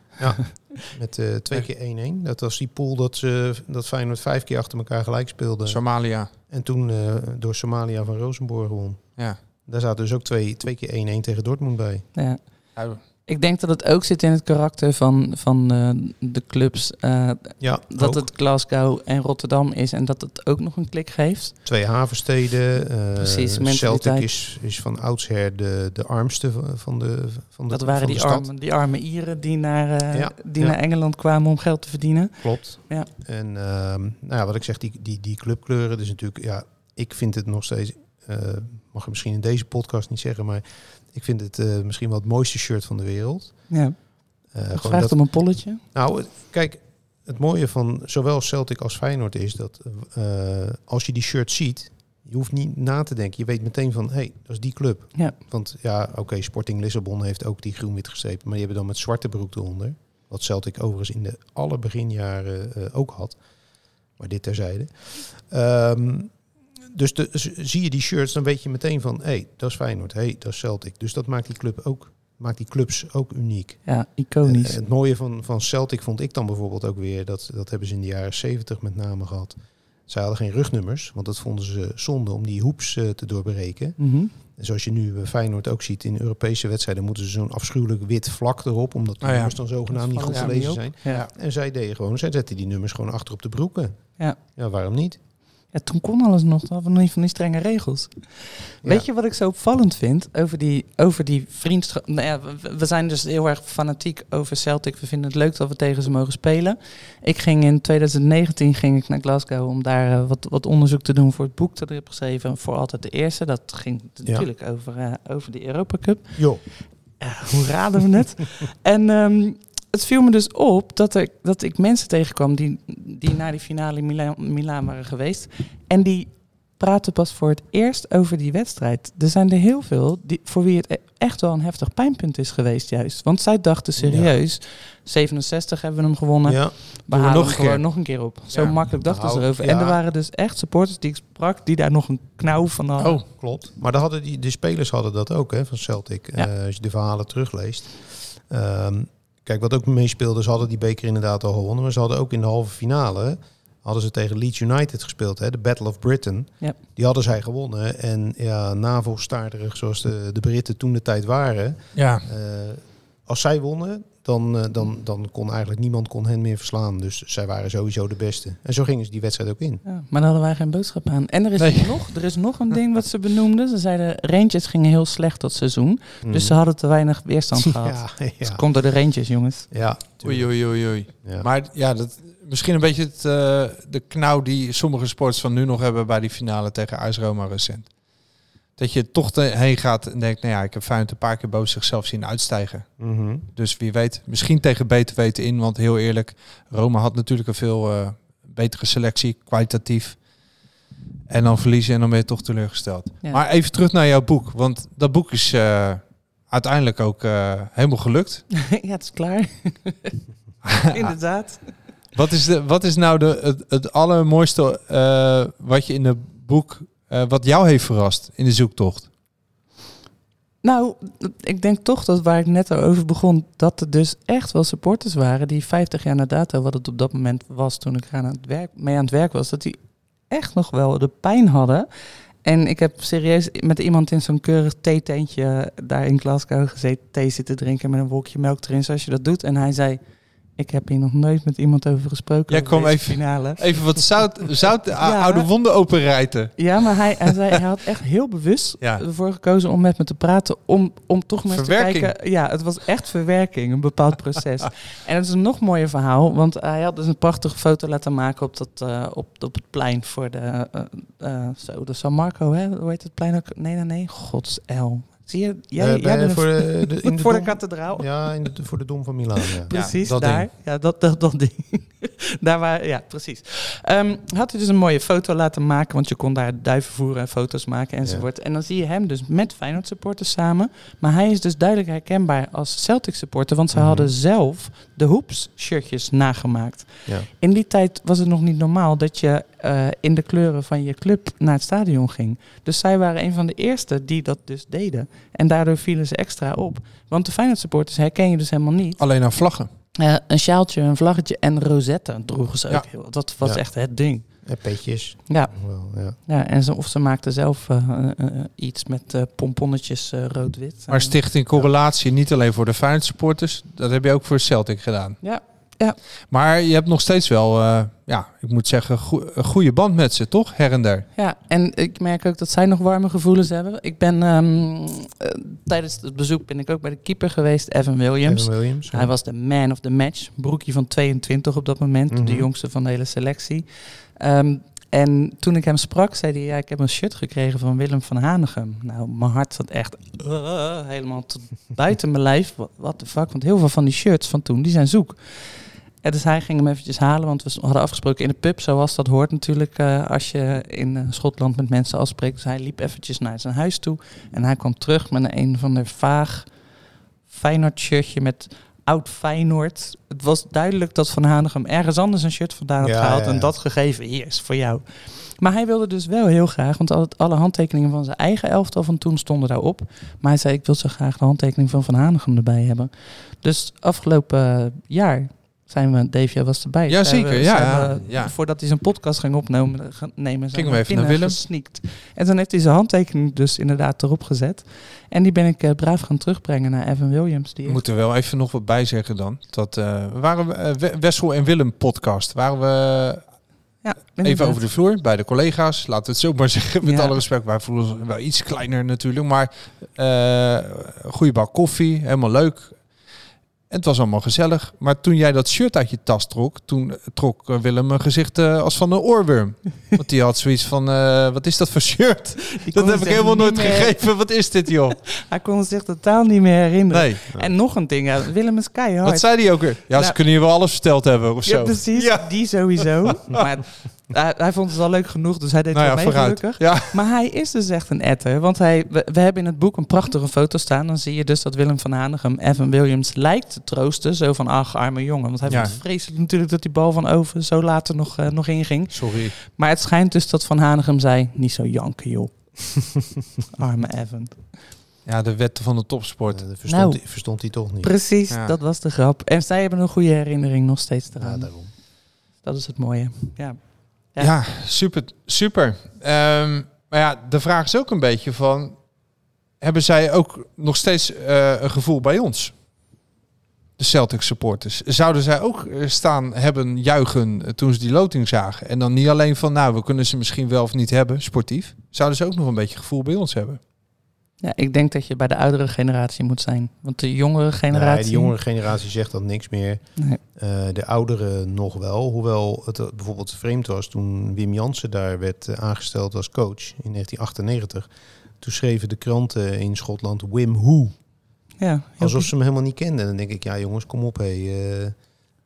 Speaker 8: Met eh, twee keer 1-1. Dat was die pool dat, ze, dat Feyenoord vijf keer achter elkaar gelijk speelde.
Speaker 4: Somalia.
Speaker 8: En toen eh, door Somalia van Rosenborg won.
Speaker 4: Ja.
Speaker 8: Daar zaten dus ook twee, twee keer 1-1 tegen Dortmund bij.
Speaker 7: Ja.
Speaker 4: Ja,
Speaker 7: Ik denk dat het ook zit in het karakter van, van eh, de clubs. eh,
Speaker 8: Ja,
Speaker 7: dat
Speaker 8: ook.
Speaker 7: het Glasgow en Rotterdam is en dat het ook nog een klik geeft.
Speaker 8: Twee havensteden. eh,
Speaker 7: Precies,
Speaker 8: Celtic
Speaker 7: mentaliteit.
Speaker 8: is, is van oudsher de, de armste van- van de, van de
Speaker 7: Dat waren
Speaker 8: van
Speaker 7: die
Speaker 8: de stad.
Speaker 7: arme, die arme Ieren die, naar, eh,
Speaker 8: Ja,
Speaker 7: die
Speaker 8: ja.
Speaker 7: naar Engeland kwamen om geld te verdienen.
Speaker 8: Klopt.
Speaker 7: Ja.
Speaker 8: En ehm, nou ja, wat ik zeg, die, die, die clubkleuren, dus natuurlijk, ja, ik vind het nog steeds, eh, mag ik misschien in deze podcast niet zeggen, maar ik vind het eh, misschien wel het mooiste shirt van de wereld.
Speaker 7: Ja.
Speaker 8: Eh,
Speaker 7: Het
Speaker 8: gewoon
Speaker 7: vraagt
Speaker 8: dat,
Speaker 7: om een polletje.
Speaker 8: nou, het- kijk, het mooie van zowel Celtic als Feyenoord is dat eh, als je die shirt ziet, je hoeft niet na te denken. Je weet meteen van, hé, hey, dat is die club.
Speaker 7: Ja.
Speaker 8: Want ja, oké, Sporting Lissabon heeft ook die groen-wit gestreept, maar die hebben dan met zwarte broek eronder. Wat Celtic overigens in de alle beginjaren eh, ook had. Maar dit terzijde. Ehm, dus de, z- zie je die shirts, dan weet je meteen van, hé, hey, dat is Feyenoord, hé, hey, dat is Celtic. Dus dat maakt die, club ook, maakt die clubs ook uniek.
Speaker 7: Ja, iconisch.
Speaker 8: Eh, Het mooie van, van Celtic vond ik dan bijvoorbeeld ook weer, dat, dat hebben ze in de jaren 70 met name gehad. Zij hadden geen rugnummers, want dat vonden ze zonde om die hoeps eh, te doorbreken.
Speaker 7: Mhm.
Speaker 8: En zoals je nu bij Feyenoord ook ziet in Europese wedstrijden, moeten ze zo'n afschuwelijk wit vlak erop, omdat de
Speaker 4: Ah ja.
Speaker 8: nummers dan zogenaamd niet
Speaker 7: Dat
Speaker 8: goed te
Speaker 7: vallen
Speaker 8: lezen
Speaker 7: ze niet
Speaker 8: zijn.
Speaker 7: op. Ja.
Speaker 8: En zij deden gewoon, zij zetten die nummers gewoon achter op de broeken.
Speaker 7: Ja.
Speaker 8: ja waarom niet?
Speaker 7: Ja, toen kon alles nog, dan hadden we nog niet van die strenge regels. Weet je wat ik zo opvallend vind over die, over die vriendschap? Nou ja, we- we zijn dus heel erg fanatiek over Celtic. We vinden het leuk dat we tegen ze mogen spelen. Ik ging in 2019 ging ik naar Glasgow om daar eh, wat, wat onderzoek te doen voor het boek dat ik heb geschreven. Voor altijd de eerste. Dat ging natuurlijk over, eh, over de Europa Cup.
Speaker 8: Joh,
Speaker 7: Ja, hoe raden we het? en ehm, het viel me dus op dat, er, dat ik mensen tegenkwam die, die naar die finale in Mila- Milaan waren geweest. En die praten pas voor het eerst over die wedstrijd. Er zijn er heel veel die, voor wie het e- echt wel een heftig pijnpunt is geweest juist. Want zij dachten serieus, 67 hebben we hem gewonnen.
Speaker 8: ja.
Speaker 7: We
Speaker 4: we
Speaker 7: halen
Speaker 4: nog
Speaker 7: hem
Speaker 4: een keer.
Speaker 7: gewoon nog een keer op. Zo
Speaker 4: Ja.
Speaker 7: makkelijk dachten
Speaker 8: Nou,
Speaker 7: ze erover.
Speaker 8: ja.
Speaker 7: En er waren dus echt supporters die ik sprak, die daar nog een knauw van hadden.
Speaker 4: Oh,
Speaker 8: Klopt. Maar daar hadden die, de spelers hadden dat ook hè, van Celtic.
Speaker 7: Ja.
Speaker 8: Eh, als je de verhalen terugleest. Ehm, kijk, wat ook meespeelde, ze hadden die beker inderdaad al gewonnen. Maar ze hadden ook in de halve finale hadden ze tegen Leeds United gespeeld. Hè, de Battle of Britain.
Speaker 7: Ja.
Speaker 8: Die hadden zij gewonnen. En ja, navelstaarderig zoals de, de Britten toen de tijd waren.
Speaker 4: ja.
Speaker 8: eh, als zij wonnen, dan, eh, dan, dan kon eigenlijk niemand kon hen meer verslaan. Dus zij waren sowieso de beste. En zo gingen ze die wedstrijd ook in.
Speaker 7: Ja, maar daar hadden wij geen boodschap aan. En er is,
Speaker 4: Nee.
Speaker 7: nog, er is nog een ding wat ze benoemden. Ze zeiden, Rangers gingen heel slecht dat seizoen. Dus ze hadden te weinig weerstand gehad.
Speaker 8: Hmm. Ja,
Speaker 7: Dus het
Speaker 8: ja.
Speaker 7: komt door de Rangers, jongens.
Speaker 8: ja, tuurlijk.
Speaker 4: Oei, oei, oei, oei.
Speaker 8: Ja.
Speaker 4: Maar ja, dat, misschien een beetje het, eh, de knauw die sommige sports van nu nog hebben bij die finale tegen AS Roma recent. Dat je toch te- heen gaat en denkt, nou ja, ik heb Feyenoord een paar keer boos zichzelf zien uitstijgen.
Speaker 8: Mhm.
Speaker 4: Dus wie weet, misschien tegen beter weten in. Want heel eerlijk, Roma had natuurlijk een veel eh, betere selectie, kwalitatief. En dan verliezen en dan ben je toch teleurgesteld.
Speaker 7: Ja.
Speaker 4: Maar even terug naar jouw boek. Want dat boek is eh, uiteindelijk ook eh, helemaal gelukt.
Speaker 7: ja, het is klaar. Inderdaad.
Speaker 4: Wat is, de, wat is nou de, het, het allermooiste eh, wat je in het boek, eh, wat jou heeft verrast in de zoektocht?
Speaker 7: Nou, ik denk toch dat waar ik net over begon... dat er dus echt wel supporters waren die 50 jaar na dato... wat het op dat moment was toen ik eraan aan het werk, mee aan het werk was... dat die echt nog wel de pijn hadden. En ik heb serieus met iemand in zo'n keurig theetentje daar in Glasgow gezeten, thee zitten drinken met een wolkje melk erin, zoals je dat doet. En hij zei: Ik heb hier nog nooit met iemand over gesproken.
Speaker 4: Jij
Speaker 7: over
Speaker 4: kwam
Speaker 7: deze
Speaker 4: even-
Speaker 7: finale.
Speaker 4: Even wat zout, zout
Speaker 7: Ja.
Speaker 4: oude wonden openrijten.
Speaker 7: Ja, maar hij, hij, zei, hij had echt heel bewust
Speaker 4: Ja.
Speaker 7: ervoor gekozen om met me te praten. Om, om toch maar eens te
Speaker 4: Verwerking.
Speaker 7: kijken. Ja, het was echt verwerking, een bepaald proces. en het is een nog mooier verhaal, want hij had dus een prachtige foto laten maken op, dat, eh, op, op het plein voor de, eh, eh, zo, de San Marco. Hè? Hoe heet het plein ook? Nee, nee, nee. Gods El. Zie je, jij, jij
Speaker 8: Eh, bij-
Speaker 7: bent
Speaker 8: voor
Speaker 7: voor,
Speaker 8: de, de- in de
Speaker 7: voor de
Speaker 8: dom-
Speaker 7: kathedraal.
Speaker 8: Ja, in de, voor de Dom van Milaan. Ja.
Speaker 7: Precies,
Speaker 8: dat
Speaker 7: daar.
Speaker 8: ding.
Speaker 7: Ja, dat, dat, dat ding. daar waar, ja, precies. Ehm, had hij dus een mooie foto laten maken, want je kon daar duiven voeren en foto's maken enzovoort. En dan zie je hem dus met Feyenoord supporters samen. Maar hij is dus duidelijk herkenbaar als Celtic supporter, want ze
Speaker 8: Mhm.
Speaker 7: hadden zelf de Hoeps shirtjes nagemaakt.
Speaker 8: Ja.
Speaker 7: In die tijd was het nog niet normaal dat je eh, in de kleuren van je club naar het stadion ging. Dus zij waren een van de eerste die dat dus deden. En daardoor vielen ze extra op. Want de Feyenoord supporters herken je dus helemaal niet.
Speaker 4: Alleen aan vlaggen.
Speaker 7: Eh, een sjaaltje, een vlaggetje en Rosetta droegen ze
Speaker 4: Ja.
Speaker 7: ook heel. Dat was
Speaker 8: Ja.
Speaker 7: echt het ding.
Speaker 8: En petjes.
Speaker 7: Ja,
Speaker 8: Wel, ja.
Speaker 7: ja en ze, of ze maakten zelf eh, eh, eh, iets met eh, pomponnetjes eh, rood-wit.
Speaker 4: Maar stichting correlatie niet alleen voor de Feyenoord supporters. Dat heb je ook voor Celtic gedaan.
Speaker 7: Ja, ja.
Speaker 4: Maar je hebt nog steeds wel, eh, ja, ik moet zeggen, goe- een goede band met ze, toch? Her en der.
Speaker 7: Ja, en ik merk ook dat zij nog warme gevoelens hebben. Ik ben ehm, eh, tijdens het bezoek ben ik ook bij de keeper geweest, Evan Williams.
Speaker 8: Evan Williams.
Speaker 7: Hij was de man of the match. Broekje van 22 op dat moment.
Speaker 8: Mhm.
Speaker 7: De jongste van de hele selectie. Ehm, en toen ik hem sprak, zei hij... Ja, ik heb een shirt gekregen van Willem van Hanegem. Nou, mijn hart zat echt eh, helemaal tot buiten mijn lijf. Wat de fuck? Want heel veel van die shirts van toen, die zijn zoek. En dus hij ging hem eventjes halen, want we hadden afgesproken in de pub, zoals dat hoort natuurlijk eh, als je in eh, Schotland met mensen afspreekt. Dus hij liep eventjes naar zijn huis toe en hij kwam terug met een, een van de vaag Feyenoord shirtje met oud Feyenoord. Het was duidelijk dat Van Hanegem ergens anders een shirt vandaan had
Speaker 8: Ja,
Speaker 7: gehaald
Speaker 8: ja, ja.
Speaker 7: en dat gegeven. Hier is het voor jou. Maar hij wilde dus wel heel graag, want al- alle handtekeningen van zijn eigen elftal van toen stonden daarop. Maar hij zei, ik wil zo graag de handtekening van Van Hanegem erbij hebben. Dus afgelopen eh, jaar zijn we, Dave, jij was erbij.
Speaker 4: Ja,
Speaker 7: Zijn we-
Speaker 4: zeker, ja,
Speaker 7: zijn we-
Speaker 4: ja.
Speaker 7: Voordat hij zijn podcast ging opnemen, gaan nemen, zijn
Speaker 4: Gingen we even naar
Speaker 7: binnen
Speaker 4: Willem.
Speaker 7: gesneakt. En dan heeft hij zijn handtekening dus inderdaad erop gezet. En die ben ik eh, braaf gaan terugbrengen naar Evan Williams. Die
Speaker 4: We moeten wel even nog wat bij zeggen dan. Dat eh, we waren we, eh, We- Wessel en Willem podcast. Waren we
Speaker 7: ja,
Speaker 4: even
Speaker 7: inderdaad.
Speaker 4: over de vloer bij de collega's. Laten we het zo maar zeggen. Met
Speaker 7: Ja.
Speaker 4: alle respect. Wij voelen ons wel iets kleiner natuurlijk. Maar eh, een goede bak koffie. Helemaal leuk. En Het was allemaal gezellig. Maar toen jij dat shirt uit je tas trok. Toen trok eh, Willem een gezicht eh, als van een oorworm. Want die had zoiets van: eh, wat is dat voor shirt?
Speaker 7: Die kon
Speaker 4: Dat heb
Speaker 7: zich
Speaker 4: ik helemaal
Speaker 7: niet
Speaker 4: nooit
Speaker 7: meer-
Speaker 4: gegeven. Wat is dit joh?
Speaker 7: Hij kon zich totaal niet meer herinneren.
Speaker 4: Nee.
Speaker 7: En nog een ding, ja, Willem is keihard.
Speaker 4: Wat zei hij ook weer? Ja, ze
Speaker 7: Nou-
Speaker 4: kunnen hier wel alles verteld hebben of zo.
Speaker 7: Ja, dus- precies. Die sowieso. maar hij, hij vond het al leuk genoeg, dus hij deed
Speaker 4: Nou
Speaker 7: wel
Speaker 4: ja,
Speaker 7: mee
Speaker 4: vooruit.
Speaker 7: gelukkig.
Speaker 4: Ja.
Speaker 7: Maar hij is dus echt een etter. Want hij, we, we hebben in het boek een prachtige foto staan. Dan zie je dus dat Willem van Hanegem Evan Williams lijkt te troosten. Zo van, ach, arme jongen. Want hij
Speaker 4: Ja.
Speaker 7: vond het vreselijk natuurlijk dat die bal van Oven zo later nog, eh, nog inging.
Speaker 4: Sorry.
Speaker 7: Maar het schijnt dus dat Van Hanegem zei, niet zo janken joh. arme Evan.
Speaker 4: Ja, de wetten van de topsport.
Speaker 8: Eh, dat verstond,
Speaker 7: Nou.
Speaker 8: hij, verstond hij toch niet.
Speaker 7: Precies,
Speaker 4: Ja.
Speaker 7: dat was de grap. En zij hebben een goede herinnering nog steeds
Speaker 8: Ja,
Speaker 7: eraan.
Speaker 8: daarom.
Speaker 7: dat is het mooie. Ja.
Speaker 4: Ja, super. super. Ehm, maar ja, de vraag is ook een beetje van... Hebben zij ook nog steeds eh, een gevoel bij ons? De Celtic supporters. Zouden zij ook eh, staan, hebben, juichen eh, toen ze die loting zagen? En dan niet alleen van, nou, we kunnen ze misschien wel of niet hebben, sportief. Zouden ze ook nog een beetje gevoel bij ons hebben?
Speaker 7: Ja, ik denk dat je bij de oudere generatie moet zijn. Want de jongere generatie...
Speaker 8: Nee, de jongere generatie zegt dat niks meer.
Speaker 7: Nee.
Speaker 8: Eh, de oudere nog wel. Hoewel het eh, bijvoorbeeld vreemd was toen Wim Jansen daar werd eh, aangesteld als coach in 1998. Toen schreven de kranten in Schotland Wim Who.
Speaker 7: Ja, heel
Speaker 8: Alsof ze hem helemaal niet kenden. Dan denk ik, ja jongens, kom op. Hey, eh,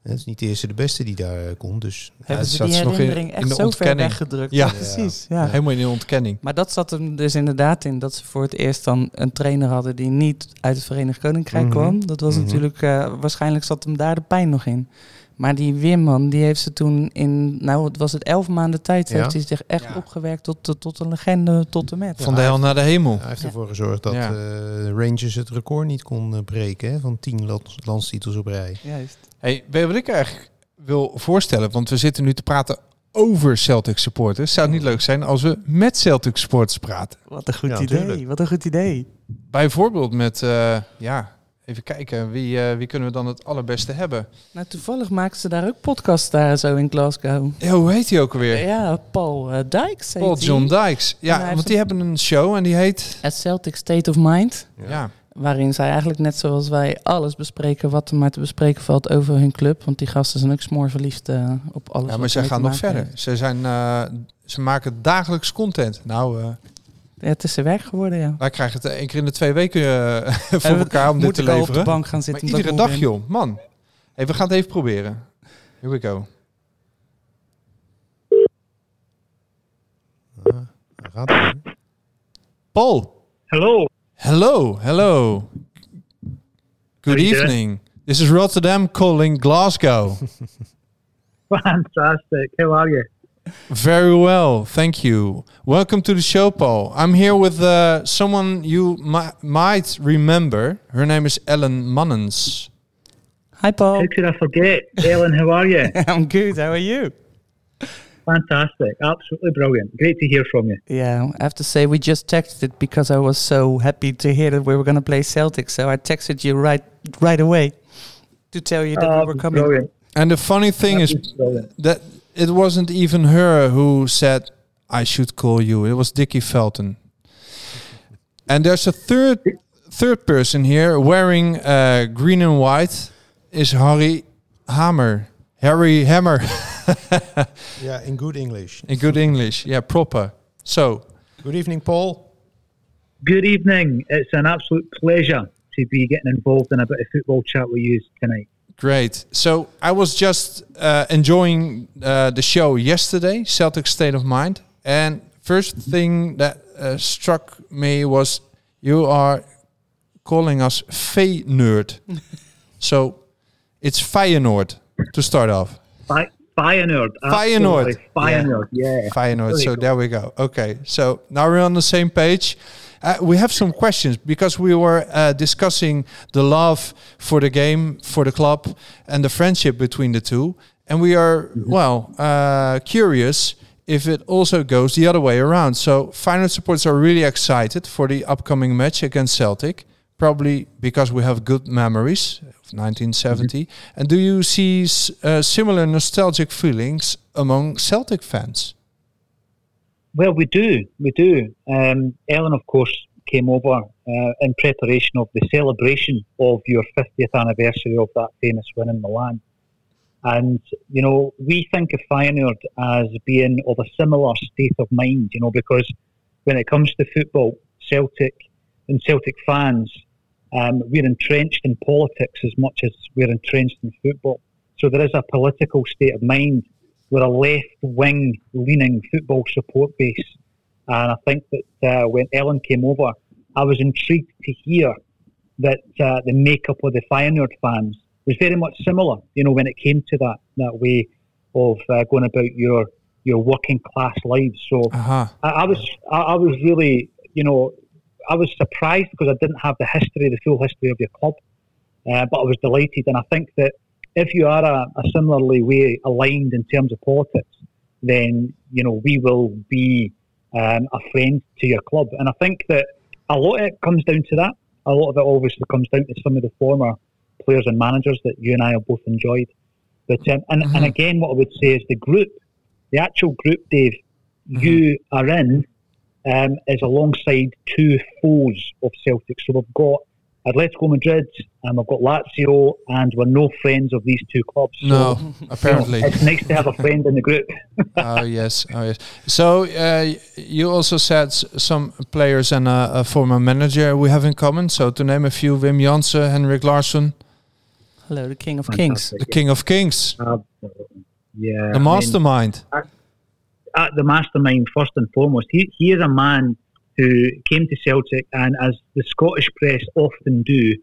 Speaker 8: het is niet de eerste de beste die daar eh, komt. Dus
Speaker 7: Hebben
Speaker 4: het
Speaker 7: ze
Speaker 4: zat
Speaker 7: die
Speaker 4: ze nog in-
Speaker 7: herinnering
Speaker 4: in
Speaker 7: echt
Speaker 4: de
Speaker 7: zo ver
Speaker 4: ontkenning.
Speaker 7: weggedrukt?
Speaker 4: Ja.
Speaker 7: precies. Ja.
Speaker 4: Helemaal in de ontkenning.
Speaker 7: Maar dat zat hem dus inderdaad in dat ze voor het eerst dan een trainer hadden die niet uit het Verenigd Koninkrijk
Speaker 8: Mhm.
Speaker 7: kwam. Dat was
Speaker 8: Mhm.
Speaker 7: natuurlijk, eh, waarschijnlijk zat hem daar de pijn nog in. Maar die Wimman, die heeft ze toen in, nou het was het elf maanden tijd,
Speaker 8: Ja.
Speaker 7: heeft hij zich echt
Speaker 4: Ja.
Speaker 7: opgewerkt tot, tot, tot een legende, tot de met.
Speaker 4: Van de hel naar de hemel.
Speaker 8: hij heeft ervoor gezorgd dat
Speaker 4: Ja.
Speaker 8: eh, Rangers het record niet kon eh, breken hè, van 10 lands- landstitels op rij.
Speaker 7: Juist.
Speaker 4: Hey, weet je wat ik eigenlijk wil voorstellen? Want we zitten nu te praten over Celtic supporters. Zou het niet leuk zijn als we met Celtic supporters praten?
Speaker 7: Wat een goed
Speaker 8: Ja,
Speaker 7: idee.
Speaker 8: tuurlijk.
Speaker 7: Wat een goed idee.
Speaker 4: Bijvoorbeeld met, eh, ja, even kijken, wie, eh, wie kunnen we dan het allerbeste hebben?
Speaker 7: Nou, toevallig maken ze daar ook podcasts daar zo in Glasgow.
Speaker 4: Ja, Eh, hoe heet hij ook alweer?
Speaker 7: Ja, Paul eh, Dijks. heet
Speaker 4: Paul
Speaker 7: die.
Speaker 4: John Dykes.
Speaker 7: En hij
Speaker 4: Ja,
Speaker 7: heeft
Speaker 4: want die hebben een show en die heet...
Speaker 7: At Celtic State of Mind.
Speaker 4: Ja,
Speaker 7: Waarin zij eigenlijk net zoals wij alles bespreken wat er maar te bespreken valt over hun club. Want die gasten zijn ook smoorverliefd eh, op alles.
Speaker 4: ja maar
Speaker 7: wat
Speaker 4: zij
Speaker 7: ermee
Speaker 4: gaan
Speaker 7: te
Speaker 4: nog
Speaker 7: maken
Speaker 4: verder.
Speaker 7: heeft.
Speaker 4: Ze, zijn, eh, ze maken dagelijks content. Nou, eh,
Speaker 7: Ja, het is zijn werk geworden, ja.
Speaker 4: Wij krijgen het één keer in de twee weken eh, voor
Speaker 7: En we-
Speaker 4: elkaar om dit
Speaker 7: moet
Speaker 4: te
Speaker 7: ik al op de
Speaker 4: leveren.
Speaker 7: bank gaan
Speaker 4: Maar
Speaker 7: zitten. omdat
Speaker 4: iedere
Speaker 7: ik moe
Speaker 4: dag,
Speaker 7: ben?
Speaker 4: joh. Man. Hey, we gaan het even proberen. Here we go.
Speaker 8: Daar gaat hij.
Speaker 4: Paul.
Speaker 9: Hello.
Speaker 4: Hello. Hello. Good
Speaker 9: Goedendag.
Speaker 4: evening. This is Rotterdam calling Glasgow.
Speaker 9: Fantastic. How are you?
Speaker 4: Very well, thank you. Welcome to the show, Paul. I'm here with uh, someone you mi- might remember. Her name is Ellen Munnens.
Speaker 7: Hi, Paul.
Speaker 9: How could I forget? Ellen, how are you?
Speaker 7: I'm good. How are you?
Speaker 9: Fantastic. Absolutely brilliant. Great to hear from you.
Speaker 7: Yeah, I have to say we just texted it because I was so happy to hear that we were going to play Celtic. So I texted you right right away to tell you that
Speaker 9: Ah,
Speaker 7: we were coming.
Speaker 9: brilliant.
Speaker 4: And the funny thing is
Speaker 9: Brilliant.
Speaker 4: that it wasn't even her who said, I should call you. It was Dickie Felton. And there's a third third person here wearing uh, green and white is Harry Hammer. Harry Hammer.
Speaker 8: Ja, in good English.
Speaker 4: In good English. Yeah, proper. So,
Speaker 8: Good evening, Paul.
Speaker 9: Good evening. It's an absolute pleasure to be getting involved in a bit of football chat with you tonight.
Speaker 4: Great. So I was just uh, enjoying uh, the show yesterday, Celtic State of Mind, and first thing that uh, struck me was you are calling us Feyenoord. so it's Feyenoord to start off.
Speaker 9: Fi- Feyenoord.
Speaker 4: Feyenoord.
Speaker 9: absolutely. Feyenoord, yeah.
Speaker 4: Feyenoord. So
Speaker 9: Really
Speaker 4: there we go. Okay. So now we're on the same page. Uh, we have some questions because we were uh, discussing the love for the game, for the club, and the friendship between the two. And we are, well, uh, curious if it also goes the other way around. So Feyenoord supporters are really excited for the upcoming match against Celtic, probably because we have good memories of 1970. And do you see s- uh, similar nostalgic feelings among Celtic fans?
Speaker 9: Well, we do, we do. Um, Ellen, of course, came over uh, in preparation of the celebration of your 50th anniversary of that famous win in Milan. And, you know, we think of Feyenoord as being of a similar state of mind, you know, because when it comes to football, Celtic and Celtic fans, um, we're entrenched in politics as much as we're entrenched in football. So there is a political state of mind we're a left wing leaning football support base. And I think that uh, when Ellen came over, I was intrigued to hear that uh, the makeup of the Feyenoord fans was very much similar, you know, when it came to that, that way of uh, going about your, your working class lives. So
Speaker 4: Uh-huh.
Speaker 9: I, I was I, I was really you know I was surprised because I didn't have the history, the full history of your club, uh, but I was delighted, and I think that if you are a, a similarly way aligned in terms of politics, then you know we will be um, a friend to your club, and I think that a lot of it comes down to that. A lot of it obviously comes down to some of the former players and managers that you and I have both enjoyed. But um, and,
Speaker 4: Mm-hmm.
Speaker 9: and again, what I would say is the group, the actual group, Dave,
Speaker 4: Mm-hmm.
Speaker 9: you are in um, is alongside two foes of Celtic. So we've got Atletico Madrid and we've got Lazio, and we're no friends of these two clubs. So,
Speaker 4: No, apparently.
Speaker 9: It's nice to have a friend in the group.
Speaker 4: oh yes, oh yes. So uh, y- you also said s- some players and uh, a former manager we have in common. So to name a few: Wim Jansen, Henrik Larsson,
Speaker 7: Hello, the King of Kings.
Speaker 4: the King of Kings,
Speaker 9: Absolutely. Uh, Yeah. I
Speaker 4: the
Speaker 9: mean,
Speaker 4: mastermind.
Speaker 9: at the mastermind first and foremost. He, he is a man who came to Celtic, and as the Scottish press often do,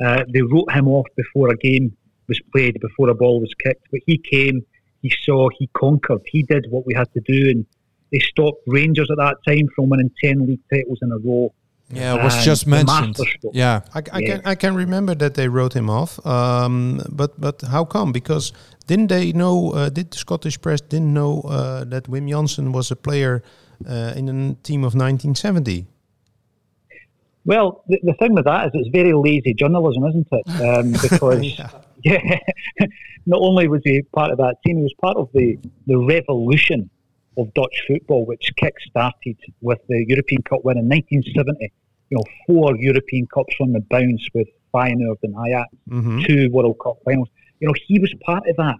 Speaker 9: uh, they wrote him off before a game was played, before a ball was kicked. But he came, he saw, he conquered. He did what we had to do, and they stopped Rangers at that time from winning ten league titles in a row.
Speaker 4: yeah, it was
Speaker 9: and
Speaker 4: just
Speaker 9: the
Speaker 4: mentioned.
Speaker 9: masterstroke.
Speaker 4: Yeah,
Speaker 8: I, I can I can remember that they wrote him off, um, but but how come? Because didn't they know? Uh, did the Scottish press didn't know uh, that Wim Jansen was a player uh, in a team of 1970?
Speaker 9: Well, the, the thing with that is it's very lazy journalism, isn't it? Um, because yeah. not only was he part of that team, he was part of the, the revolution of Dutch football, which kick-started with the European Cup win in 1970. You know, four European Cups on the bounce with Feyenoord and Ajax,
Speaker 8: Mm-hmm.
Speaker 9: two World Cup finals. You know, he was part of that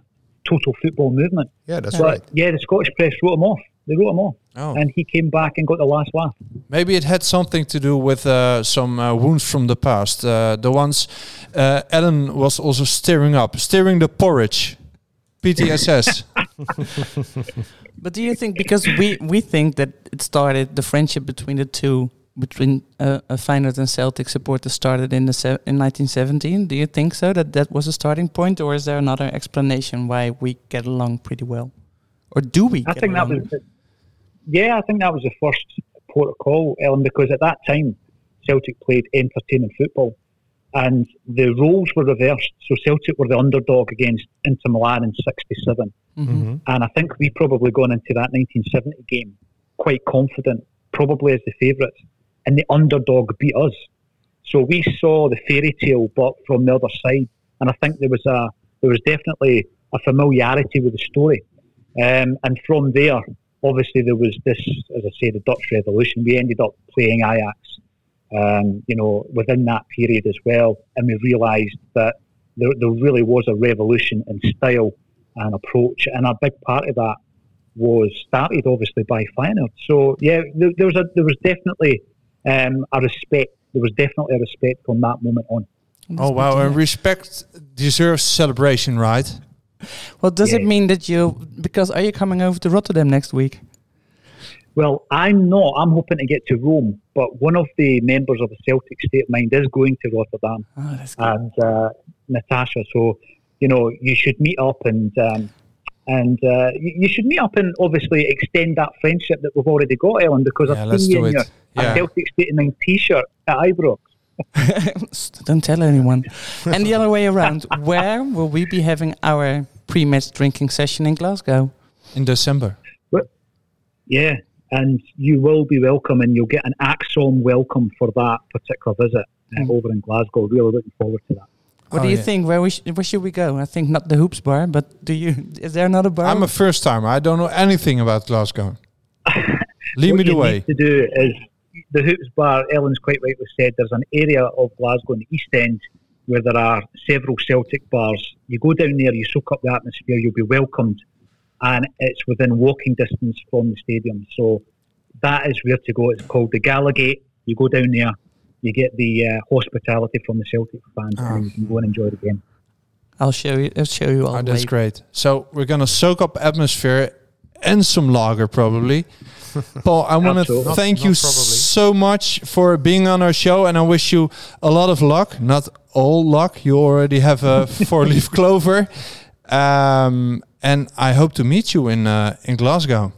Speaker 9: total football movement.
Speaker 8: Yeah, that's
Speaker 9: But
Speaker 8: right.
Speaker 9: yeah, the Scottish press wrote him off. They wrote him off,
Speaker 4: Oh.
Speaker 9: and he came back and got the last laugh.
Speaker 4: Maybe it had something to do with uh, some uh, wounds from the past. Uh, the ones uh, Alan was also stirring up, stirring the porridge. PTSS.
Speaker 7: But do you think because we we think that it started the friendship between the two between uh, uh, Feyenoord and Celtic supporters started in the se- in 1917? Do you think so that that was a starting point, or is there another explanation why we get along pretty well, or do we?
Speaker 9: I
Speaker 7: get
Speaker 9: think that
Speaker 7: along?
Speaker 9: was, yeah, I think that was the first port of call, Ellen, because at that time Celtic played entertaining football, and the roles were reversed. So Celtic were the underdog against Inter Milan in '67, and I think we probably gone into that 1970 game quite confident, probably as the favourites, and the underdog beat us. So we saw the fairy tale, but from the other side, and I think there was a there was definitely a familiarity with the story. Um, and from there, obviously, there was this, as I say, the Dutch Revolution. We ended up playing Ajax, um, you know, within that period as well. And we realised that there, there really was a revolution in style and approach. And a big part of that was started, obviously, by Feyenoord. So, yeah, there, there, was, a, there was definitely um, a respect. There was definitely a respect from that moment on.
Speaker 4: oh wow! And respect deserves celebration, right?
Speaker 7: Well, does it
Speaker 9: Yeah.
Speaker 7: mean that you because are you coming over to Rotterdam next week?
Speaker 9: Well, I'm not. I'm hoping to get to Rome, but one of the members of the Celtic State Mind is going to Rotterdam.
Speaker 4: Ah.
Speaker 7: Oh, that's good.
Speaker 9: and uh, Natasha. So, you know, you should meet up and um, and uh, you you should meet up and obviously extend that friendship that we've already got, Ellen. Because
Speaker 4: Yeah,
Speaker 9: I've
Speaker 4: let's
Speaker 9: seen you
Speaker 4: do
Speaker 9: in your
Speaker 4: it. Yeah.
Speaker 9: a Celtic State Nine T-shirt at Ibrox.
Speaker 7: Psst, Don't tell anyone. and the other way around, where will we be having our pre-match drinking session in Glasgow?
Speaker 4: In December.
Speaker 9: Yeah, and you will be welcome, and you'll get an Axon welcome for that particular visit uh, over in Glasgow. Really looking forward to that.
Speaker 7: What
Speaker 4: Oh,
Speaker 7: do you
Speaker 4: yeah.
Speaker 7: think? Where we sh- where should we go? I think not the Hoops Bar, but do you? Is there another bar?
Speaker 9: Oh.
Speaker 4: I'm a first timer. I don't know anything about Glasgow. Lead me
Speaker 9: what
Speaker 4: the
Speaker 9: you
Speaker 4: way.
Speaker 9: need to do is the Hoops Bar. Ellen's quite rightly said there's an area of Glasgow in the East End where there are several Celtic bars. You go down there, you soak up the atmosphere, you'll be welcomed, and it's within walking distance from the stadium. So that is where to go. It's called the Gallagate. You go down there, you get the uh, hospitality from the Celtic fans, and you can go and enjoy the game.
Speaker 7: I'll show you. I'll show you all.
Speaker 4: Oh,
Speaker 7: the
Speaker 4: that's
Speaker 7: way.
Speaker 4: great. So we're gonna soak up atmosphere and some lager probably. Paul, I want to
Speaker 9: Absolutely.
Speaker 4: thank
Speaker 8: Not-
Speaker 4: you
Speaker 8: not probably.
Speaker 4: so much for being on our show, and I wish you a lot of luck. Not all luck. You already have a four-leaf clover, um, and I hope to meet you in uh, in Glasgow.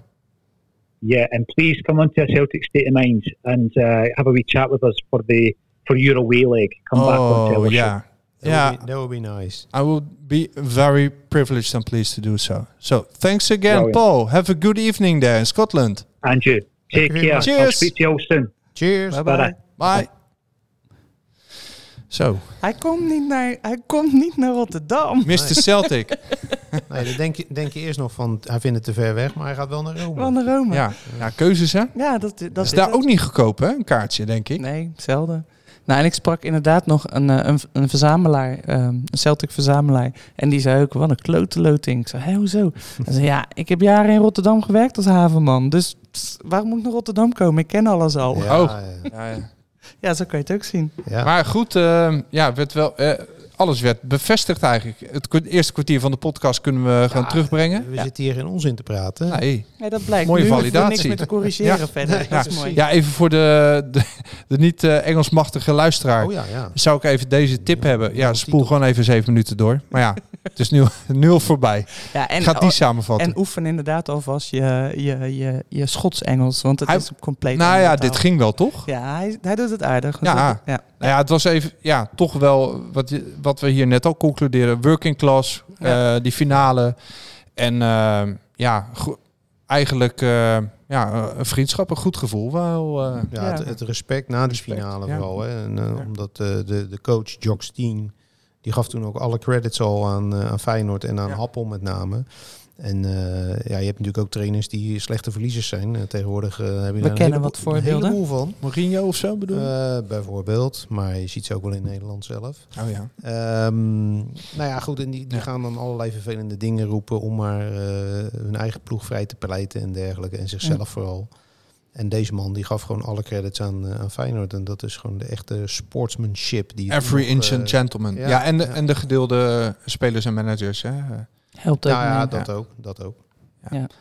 Speaker 9: Yeah, and please come on to a Celtic State of Mind and uh, have a wee chat with us for the for your away leg. Come back on
Speaker 4: Oh
Speaker 9: television.
Speaker 4: yeah,
Speaker 8: That
Speaker 4: yeah.
Speaker 8: Would be, that would be nice.
Speaker 4: I will be very privileged and pleased to do so. So thanks again,
Speaker 9: Brilliant.
Speaker 4: Paul. Have a good evening there in Scotland.
Speaker 9: Andrew, take
Speaker 8: very
Speaker 9: care.
Speaker 8: much.
Speaker 9: I'll
Speaker 4: Cheers.
Speaker 9: speak to you all soon.
Speaker 8: Cheers.
Speaker 9: Bye.
Speaker 4: Bye. Zo,
Speaker 7: Hij komt niet naar. Hij komt niet naar Rotterdam.
Speaker 4: Mr. Celtic.
Speaker 8: Nee, dan denk je, denk je eerst nog van, hij vindt het te ver weg, maar hij gaat wel naar Rome.
Speaker 7: Van de Rome.
Speaker 4: Ja, ja keuzes hè.
Speaker 7: Ja, dat, dat
Speaker 4: Dat is daar ook niet goedkoop hè, een kaartje denk ik.
Speaker 7: Nee, zelden. Nou, en ik sprak inderdaad nog een, eh, een, een verzamelaar, ehm, een Celtic verzamelaar. En die zei ook, wat een klote loting. Ik zei, hé, hoezo? Hij zei, ja, ik heb jaren in Rotterdam gewerkt als havenman. Dus pss, waarom moet ik naar Rotterdam komen? Ik ken alles al. Ja,
Speaker 8: Ja,
Speaker 4: Oh.
Speaker 8: ja,
Speaker 7: zo kan je het ook zien.
Speaker 8: ja.
Speaker 4: Maar goed, eh, ja, werd wel, eh, alles werd bevestigd eigenlijk. Het kwa- eerste kwartier van de podcast kunnen we gaan terugbrengen.
Speaker 8: We zitten hier geen onzin te praten.
Speaker 4: Nee.
Speaker 7: Ja, dat blijkt.
Speaker 4: Mooie
Speaker 7: nu hoeven we
Speaker 4: validatie.
Speaker 7: niks meer te corrigeren
Speaker 4: Ja.
Speaker 7: verder.
Speaker 4: Ja,
Speaker 7: Dat is mooi.
Speaker 4: ja, even voor de, de, de niet eh, Engelsmachtige luisteraar.
Speaker 8: Oh ja, ja.
Speaker 4: Zou ik even deze tip hebben? Ja, spoel gewoon even zeven minuten door. Maar ja, het is nu, nul voorbij.
Speaker 7: Ja, en,
Speaker 4: Gaat die samenvatten.
Speaker 7: en oefen inderdaad alvast je, je, je, je Schots-Engels, want het
Speaker 4: Hij-
Speaker 7: is compleet
Speaker 4: nou
Speaker 7: andere
Speaker 4: ja,
Speaker 7: taal.
Speaker 4: dit ging wel toch?
Speaker 7: Ja, hij, hij doet het aardig.
Speaker 4: Ja.
Speaker 7: Dat- ja.
Speaker 4: Nou ja, het was even, ja, toch wel wat, je- wat we hier net al concluderen. Working class,
Speaker 7: Ja.
Speaker 4: eh, die finale. En eh, ja, go- eigenlijk eh, ja, een vriendschap, een goed gevoel wel. eh.
Speaker 8: Ja,
Speaker 7: Ja.
Speaker 8: Het, het respect na de
Speaker 4: Respect,
Speaker 8: finale
Speaker 4: ja.
Speaker 8: vooral. Hè. En, eh,
Speaker 4: Ja.
Speaker 8: Omdat eh, de, de coach, Jock Steen, Die gaf toen ook alle credits al aan, eh, aan Feyenoord en aan Happel met name. En eh, ja, je hebt natuurlijk ook trainers die slechte verliezers zijn. Eh, tegenwoordig eh, heb je daar een
Speaker 7: kennen
Speaker 8: heleboel-
Speaker 7: wat voorbeelden.
Speaker 8: Een heleboel van.
Speaker 4: Mourinho of zo bedoel je?
Speaker 8: Eh, bijvoorbeeld, maar je ziet ze ook wel in Nederland zelf.
Speaker 4: oh ja.
Speaker 8: Ehm, nou ja, goed, en die, die gaan dan allerlei vervelende dingen roepen om maar eh, hun eigen ploeg vrij te pleiten en dergelijke. En zichzelf vooral. En deze man die gaf gewoon alle credits aan, eh, aan Feyenoord. En dat is gewoon de echte sportsmanship. Die je
Speaker 4: Every
Speaker 8: toen nog,
Speaker 4: inch a
Speaker 8: eh,
Speaker 4: gentleman. Ja,
Speaker 8: ja,
Speaker 4: en, de,
Speaker 8: ja.
Speaker 4: en de gedeelde spelers en managers. Hè?
Speaker 7: Helpt ook
Speaker 8: nou ja,
Speaker 7: mee.
Speaker 8: dat ook. Dat ook.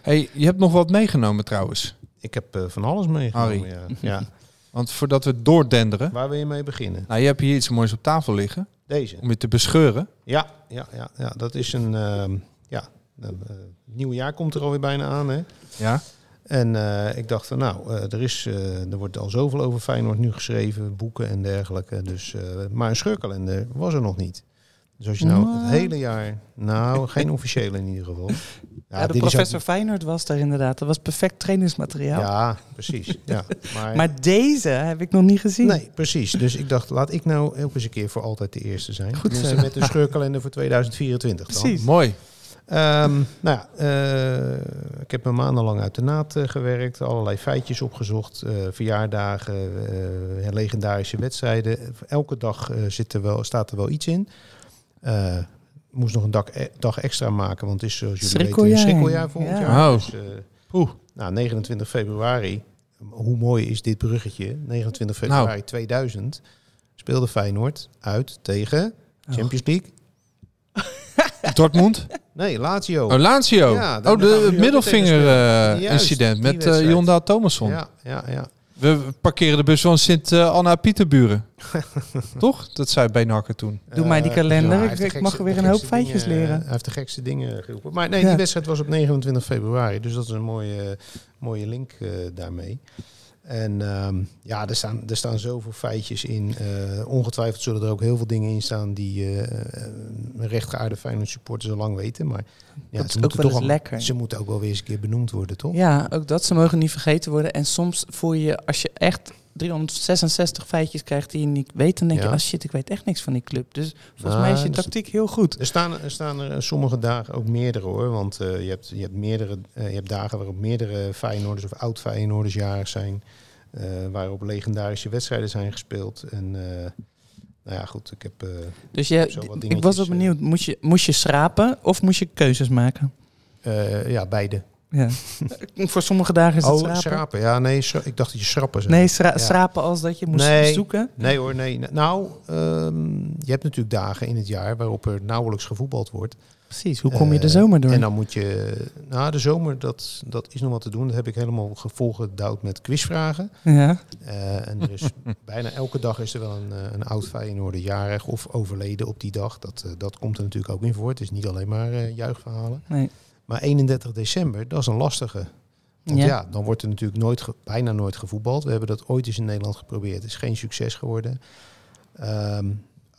Speaker 4: Hey, je hebt nog wat meegenomen trouwens.
Speaker 8: Ik heb eh, van alles meegenomen. Ja. ja.
Speaker 4: Want voordat we doordenderen.
Speaker 8: Waar wil je mee beginnen?
Speaker 4: Nou, je hebt hier iets moois op tafel liggen.
Speaker 8: Deze.
Speaker 4: Om je te bescheuren.
Speaker 8: Ja, ja, ja, ja. dat is een... ehm, ja, eh, het nieuwe jaar komt er alweer bijna aan, hè?
Speaker 4: Ja.
Speaker 8: En eh, ik dacht, nou, eh, er, is, eh, er wordt al zoveel over Feyenoord nu geschreven, boeken en dergelijke. Dus, eh, maar een scheurkalender was er nog niet. Dus als je nou het hele jaar, nou, geen officiële in ieder geval. Ja,
Speaker 7: Ja, de
Speaker 8: dit is ook-
Speaker 7: professor Feyenoord was daar inderdaad. Dat was perfect trainingsmateriaal.
Speaker 8: Ja, precies. Ja, maar,
Speaker 7: Maar deze heb ik nog niet gezien.
Speaker 8: nee, precies. Dus ik dacht, laat ik nou ook eens een keer voor altijd de eerste zijn.
Speaker 7: Goed
Speaker 8: Tenminste,
Speaker 7: zo.
Speaker 8: met de scheurkalender voor 2024 dan.
Speaker 7: Precies.
Speaker 4: Mooi.
Speaker 8: Ehm, nou ja, eh, ik heb me maandenlang uit de naad eh, gewerkt, allerlei feitjes opgezocht, eh, verjaardagen, eh, legendarische wedstrijden. Elke dag eh, zit er wel, staat er wel iets in. Eh, moest nog een dag, e- dag extra maken, want het is zoals jullie weten
Speaker 7: Schrikkeljaar.
Speaker 8: een schrikkeljaar volgend
Speaker 7: Ja.
Speaker 8: jaar.
Speaker 4: Oh.
Speaker 8: Dus, eh, nou, 29 februari, hoe mooi is dit bruggetje? 29
Speaker 4: Nou.
Speaker 8: februari 2000 speelde Feyenoord uit tegen
Speaker 7: Oh.
Speaker 8: Champions League.
Speaker 4: Dortmund.
Speaker 8: Nee, Lazio.
Speaker 4: Oh, Lazio.
Speaker 8: Ja, daar
Speaker 4: oh, de,
Speaker 8: gaan we
Speaker 4: het
Speaker 8: nu ook tegen spelen. Juist,
Speaker 4: middelvinger-incident
Speaker 8: die
Speaker 4: met eh
Speaker 8: wedstrijd.
Speaker 4: Jonda Thomasson.
Speaker 8: ja, ja, ja.
Speaker 4: We parkeren de bus van Sint-Anna-Pieterburen. Toch? Dat zei Beenhakker toen.
Speaker 7: Doe mij die
Speaker 8: Eh,
Speaker 7: kalender,
Speaker 8: hij
Speaker 7: ik-
Speaker 8: heeft de
Speaker 7: ik
Speaker 8: gekste-
Speaker 7: mag er weer
Speaker 8: de
Speaker 7: een hoop
Speaker 8: gekste dingen- eh,
Speaker 7: feitjes leren.
Speaker 8: Hij heeft de gekste dingen geroepen. Maar nee,
Speaker 7: Ja.
Speaker 8: die wedstrijd was op 29 februari. Dus dat is een mooie, mooie link eh, daarmee. En ehm, ja, er staan, er staan zoveel feitjes in. Eh, ongetwijfeld zullen er ook heel veel dingen in staan die eh, een rechtgeaarde Feyenoord supporters al lang weten. Maar ja,
Speaker 7: Dat is
Speaker 8: ze
Speaker 7: ook
Speaker 8: moeten
Speaker 7: wel
Speaker 8: toch
Speaker 7: eens
Speaker 8: al-
Speaker 7: lekker.
Speaker 8: Ze moeten ook wel weer eens een keer benoemd worden, toch?
Speaker 7: Ja, ook dat. Ze mogen niet vergeten worden. En soms voel je, als je echt 366 feitjes krijgt die je niet weet, dan denk je,
Speaker 8: Ja.
Speaker 7: ah shit, ik weet echt niks van die club. Dus volgens
Speaker 8: Nou,
Speaker 7: mij is je
Speaker 8: dat is-
Speaker 7: tactiek heel goed.
Speaker 8: Er staan, er staan er sommige dagen ook meerdere hoor. Want eh, je, hebt, je, hebt meerdere, eh, je hebt dagen waarop meerdere Feyenoorders of oud Feyenoorders jarig zijn. eh, waarop legendarische wedstrijden zijn gespeeld. En eh, nou ja, goed, ik heb... eh,
Speaker 7: Dus
Speaker 8: Zo wat
Speaker 7: je, ik
Speaker 8: dingetjes,
Speaker 7: was wel
Speaker 8: eh.
Speaker 7: benieuwd, moest je, moest je schrapen of moest je keuzes maken?
Speaker 8: eh, ja, beide.
Speaker 7: Ja. Voor sommige dagen is het
Speaker 8: oh,
Speaker 7: schrapen.
Speaker 8: schrapen. Ja, nee, schra- ik dacht dat je schrappen zei.
Speaker 7: Nee, schra-
Speaker 8: Ja.
Speaker 7: schrapen als dat je moest
Speaker 8: Nee.
Speaker 7: zoeken.
Speaker 8: Nee hoor, nee. Nou, ehm, je hebt natuurlijk dagen in het jaar waarop er nauwelijks gevoetbald wordt.
Speaker 7: Precies, hoe kom je de
Speaker 8: Eh,
Speaker 7: zomer door?
Speaker 8: En dan moet je... Nou, de zomer, dat, dat is nog wat te doen. Dat heb ik helemaal gevolgedouwd met quizvragen.
Speaker 7: ja.
Speaker 8: Eh, en er is bijna elke dag is er wel een, eh, een oud Feyenoorder jarig of overleden op die dag. Dat, eh, dat komt er natuurlijk ook in voor. Het is niet alleen maar eh, juichverhalen.
Speaker 7: Nee.
Speaker 8: Maar 31 december, dat is een lastige. Want
Speaker 7: Ja.
Speaker 8: ja, dan wordt er natuurlijk nooit ge- bijna nooit gevoetbald. We hebben dat ooit eens in Nederland geprobeerd. Het is geen succes geworden. Ehm,